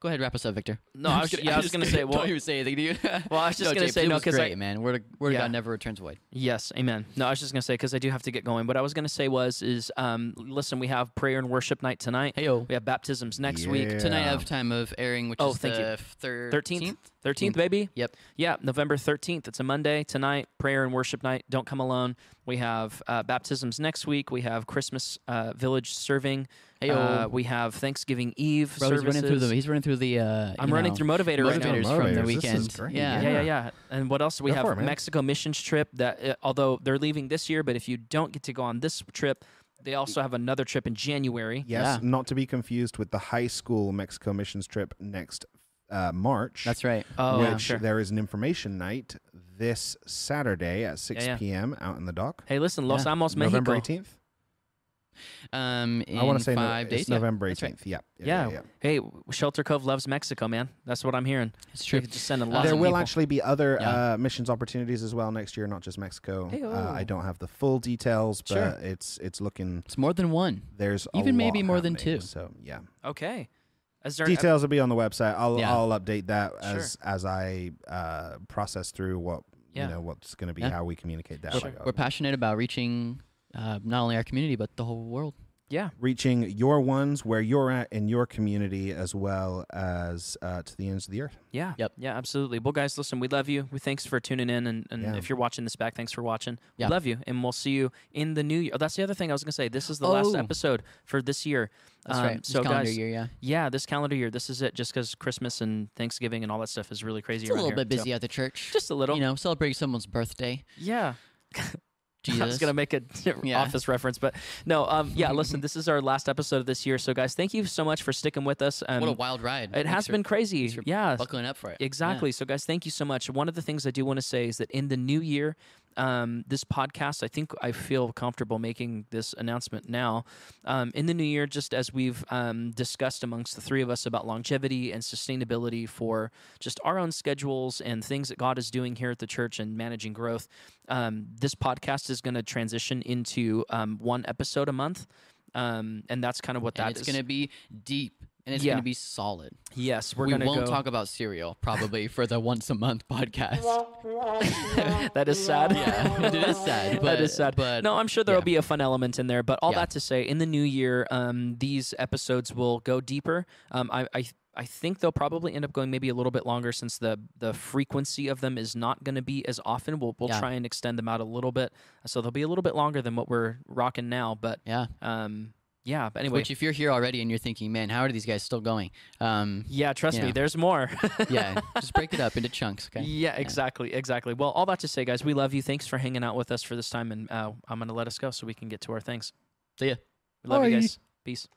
S2: go ahead, wrap us up, Victor.
S3: No,
S2: I'm
S3: I
S2: just
S3: was,
S2: kidding.
S3: yeah, I
S2: I'm
S3: was
S2: just
S3: gonna
S2: kidding.
S3: say. Well,
S2: don't even say anything, dude.
S3: well, I was just gonna
S2: James,
S3: say
S2: it
S3: no
S2: was
S3: because
S2: great,
S3: I.
S2: man. Word of, word
S3: Yeah.
S2: of God never returns void.
S3: Yes, amen. No, I was just gonna say because I do have to get going. What I was gonna say was, is um, listen, we have prayer and worship night tonight.
S2: Heyo.
S3: We have baptisms next week,
S1: Yeah.
S2: Tonight of time of airing, which
S3: Oh,
S2: is
S3: thank you.
S2: the thirteenth.
S3: thirteenth,
S1: Mm.
S3: thirteenth, baby.
S2: Yep.
S3: Yeah, November 13th. It's a Monday tonight, prayer and worship night. Don't come alone. We have uh, baptisms next week. We have Christmas uh, village serving.
S2: Heyo.
S3: Uh, we have Thanksgiving Eve
S2: Bro, he's
S3: services.
S2: running through the. He's running through the. Uh,
S3: I'm
S2: you
S3: running
S2: know,
S3: through motivator right now.
S2: motivators from
S1: Motivators.
S2: the
S1: This is
S2: weekend.
S1: great.
S2: Yeah.
S3: Yeah, yeah, yeah. And what else? We
S1: Go
S3: have
S1: for it, man.
S3: Mexico missions trip that, uh, although they're leaving this year, but if you don't get to go on this trip, they also have another trip in January.
S1: Yes,
S2: Yeah.
S1: not to be confused with the high school Mexico missions trip next uh, March.
S2: That's right. Um,
S3: Oh,
S1: which
S3: yeah, sure.
S1: there is an information night this Saturday at 6
S3: yeah.
S1: p.m. out in the dock.
S3: Hey, listen, Los
S2: Yeah.
S3: Amos, Mexico.
S1: November 18th?
S2: Um,
S1: I
S2: want to
S1: say no-
S2: five days.
S1: it's
S2: yeah.
S1: November
S2: That's
S1: 18th.
S2: right.
S1: Yeah.
S3: Yeah. Hey, Shelter Cove loves Mexico, man. That's what I'm hearing.
S2: It's
S3: They're
S2: true.
S3: Just sending
S2: Uh,
S3: lots
S1: there
S3: of
S1: will
S3: people.
S1: actually be other
S2: Yeah.
S1: uh, missions opportunities as well next year, not just Mexico. Uh,
S3: Hey-o.
S1: I don't have the full details, but
S2: Sure.
S1: it's it's looking
S2: It's more than one.
S1: there's a
S2: Even maybe
S1: lot
S2: more than
S1: happening.
S2: two. uh,
S1: So yeah,
S3: Okay. Is there uh,
S1: details will be on the website. I'll
S2: Yeah.
S1: I'll update that
S3: Sure.
S1: as as I uh, process through what
S3: Yeah.
S1: you know what's going to be
S2: Yeah.
S1: how we communicate that.
S2: We're,
S1: Like, uh,
S2: we're passionate about reaching uh, not only our community but the whole world.
S3: Yeah.
S1: reaching your ones where you're at in your community as well as uh, to the ends of the earth.
S3: Yeah.
S2: Yep.
S3: Yeah, absolutely. Well, guys, listen, we love you. We thanks for tuning in. And, and
S1: Yeah.
S3: if you're watching this back, thanks for watching.
S2: Yeah.
S3: We love you. And we'll see you in the new year. Oh, that's the other thing I was going to say. This is the last
S2: Oh.
S3: episode for this year.
S2: That's
S3: Um,
S2: right. This
S3: So,
S2: calendar
S3: guys,
S2: year, yeah.
S3: yeah, this calendar year, this is it just because Christmas and Thanksgiving and all that stuff is really crazy
S2: It's a
S3: around
S2: little
S3: here,
S2: bit
S3: so-
S2: busy at the church.
S3: just a little.
S2: you know, celebrating someone's birthday.
S3: yeah.
S2: Jesus.
S3: I was gonna make a
S2: Yeah.
S3: office reference, but no. Um, yeah, listen, this is our last episode of this year, so guys, thank you so much for sticking with us. Um,
S2: what a wild ride!
S3: it
S2: Thanks
S3: has
S2: for
S3: been crazy.
S2: for
S3: Yeah,
S2: buckling up for it. Yeah.
S3: Exactly. So, guys, thank you so much. One of the things I do want to say is that in the new year, um, this podcast. I think I feel comfortable making this announcement now. Um, in the new year, just as we've um, discussed amongst the three of us about longevity and sustainability for just our own schedules and things that God is doing here at the church and managing growth, um, this podcast is going to transition into um, one episode a month. Um, and that's kind of what
S2: and
S3: that
S2: it's
S3: is.
S2: going to be deep and it's
S3: Yeah.
S2: going to be solid.
S3: yes, we're
S2: we
S3: going to
S2: won't
S3: go.
S2: talk about cereal probably for the once a month podcast.
S3: that is sad.
S2: yeah, it is sad. But,
S3: that is sad.
S2: But
S3: no, I'm sure there will
S2: yeah.
S3: be a fun element in there. But all
S2: Yeah.
S3: that to say, in the new year, um, these episodes will go deeper. Um, I, I, I think they'll probably end up going maybe a little bit longer since the the frequency of them is not going to be as often. We'll we'll
S2: Yeah.
S3: try and extend them out a little bit, so they'll be a little bit longer than what we're rocking now. But
S2: yeah.
S3: um, yeah. But anyway,
S2: Which, if you're here already and you're thinking, man, how are these guys still going? Um,
S3: yeah. Trust me,
S2: Yeah.
S3: there's more.
S2: yeah, just break it up into chunks. Okay.
S3: Yeah, exactly, exactly. Well, all that to say, guys, we love you. Thanks for hanging out with us for this time, and uh, I'm gonna let us go so we can get to our things.
S2: See ya.
S3: We love you
S2: Bye.
S3: guys. Peace.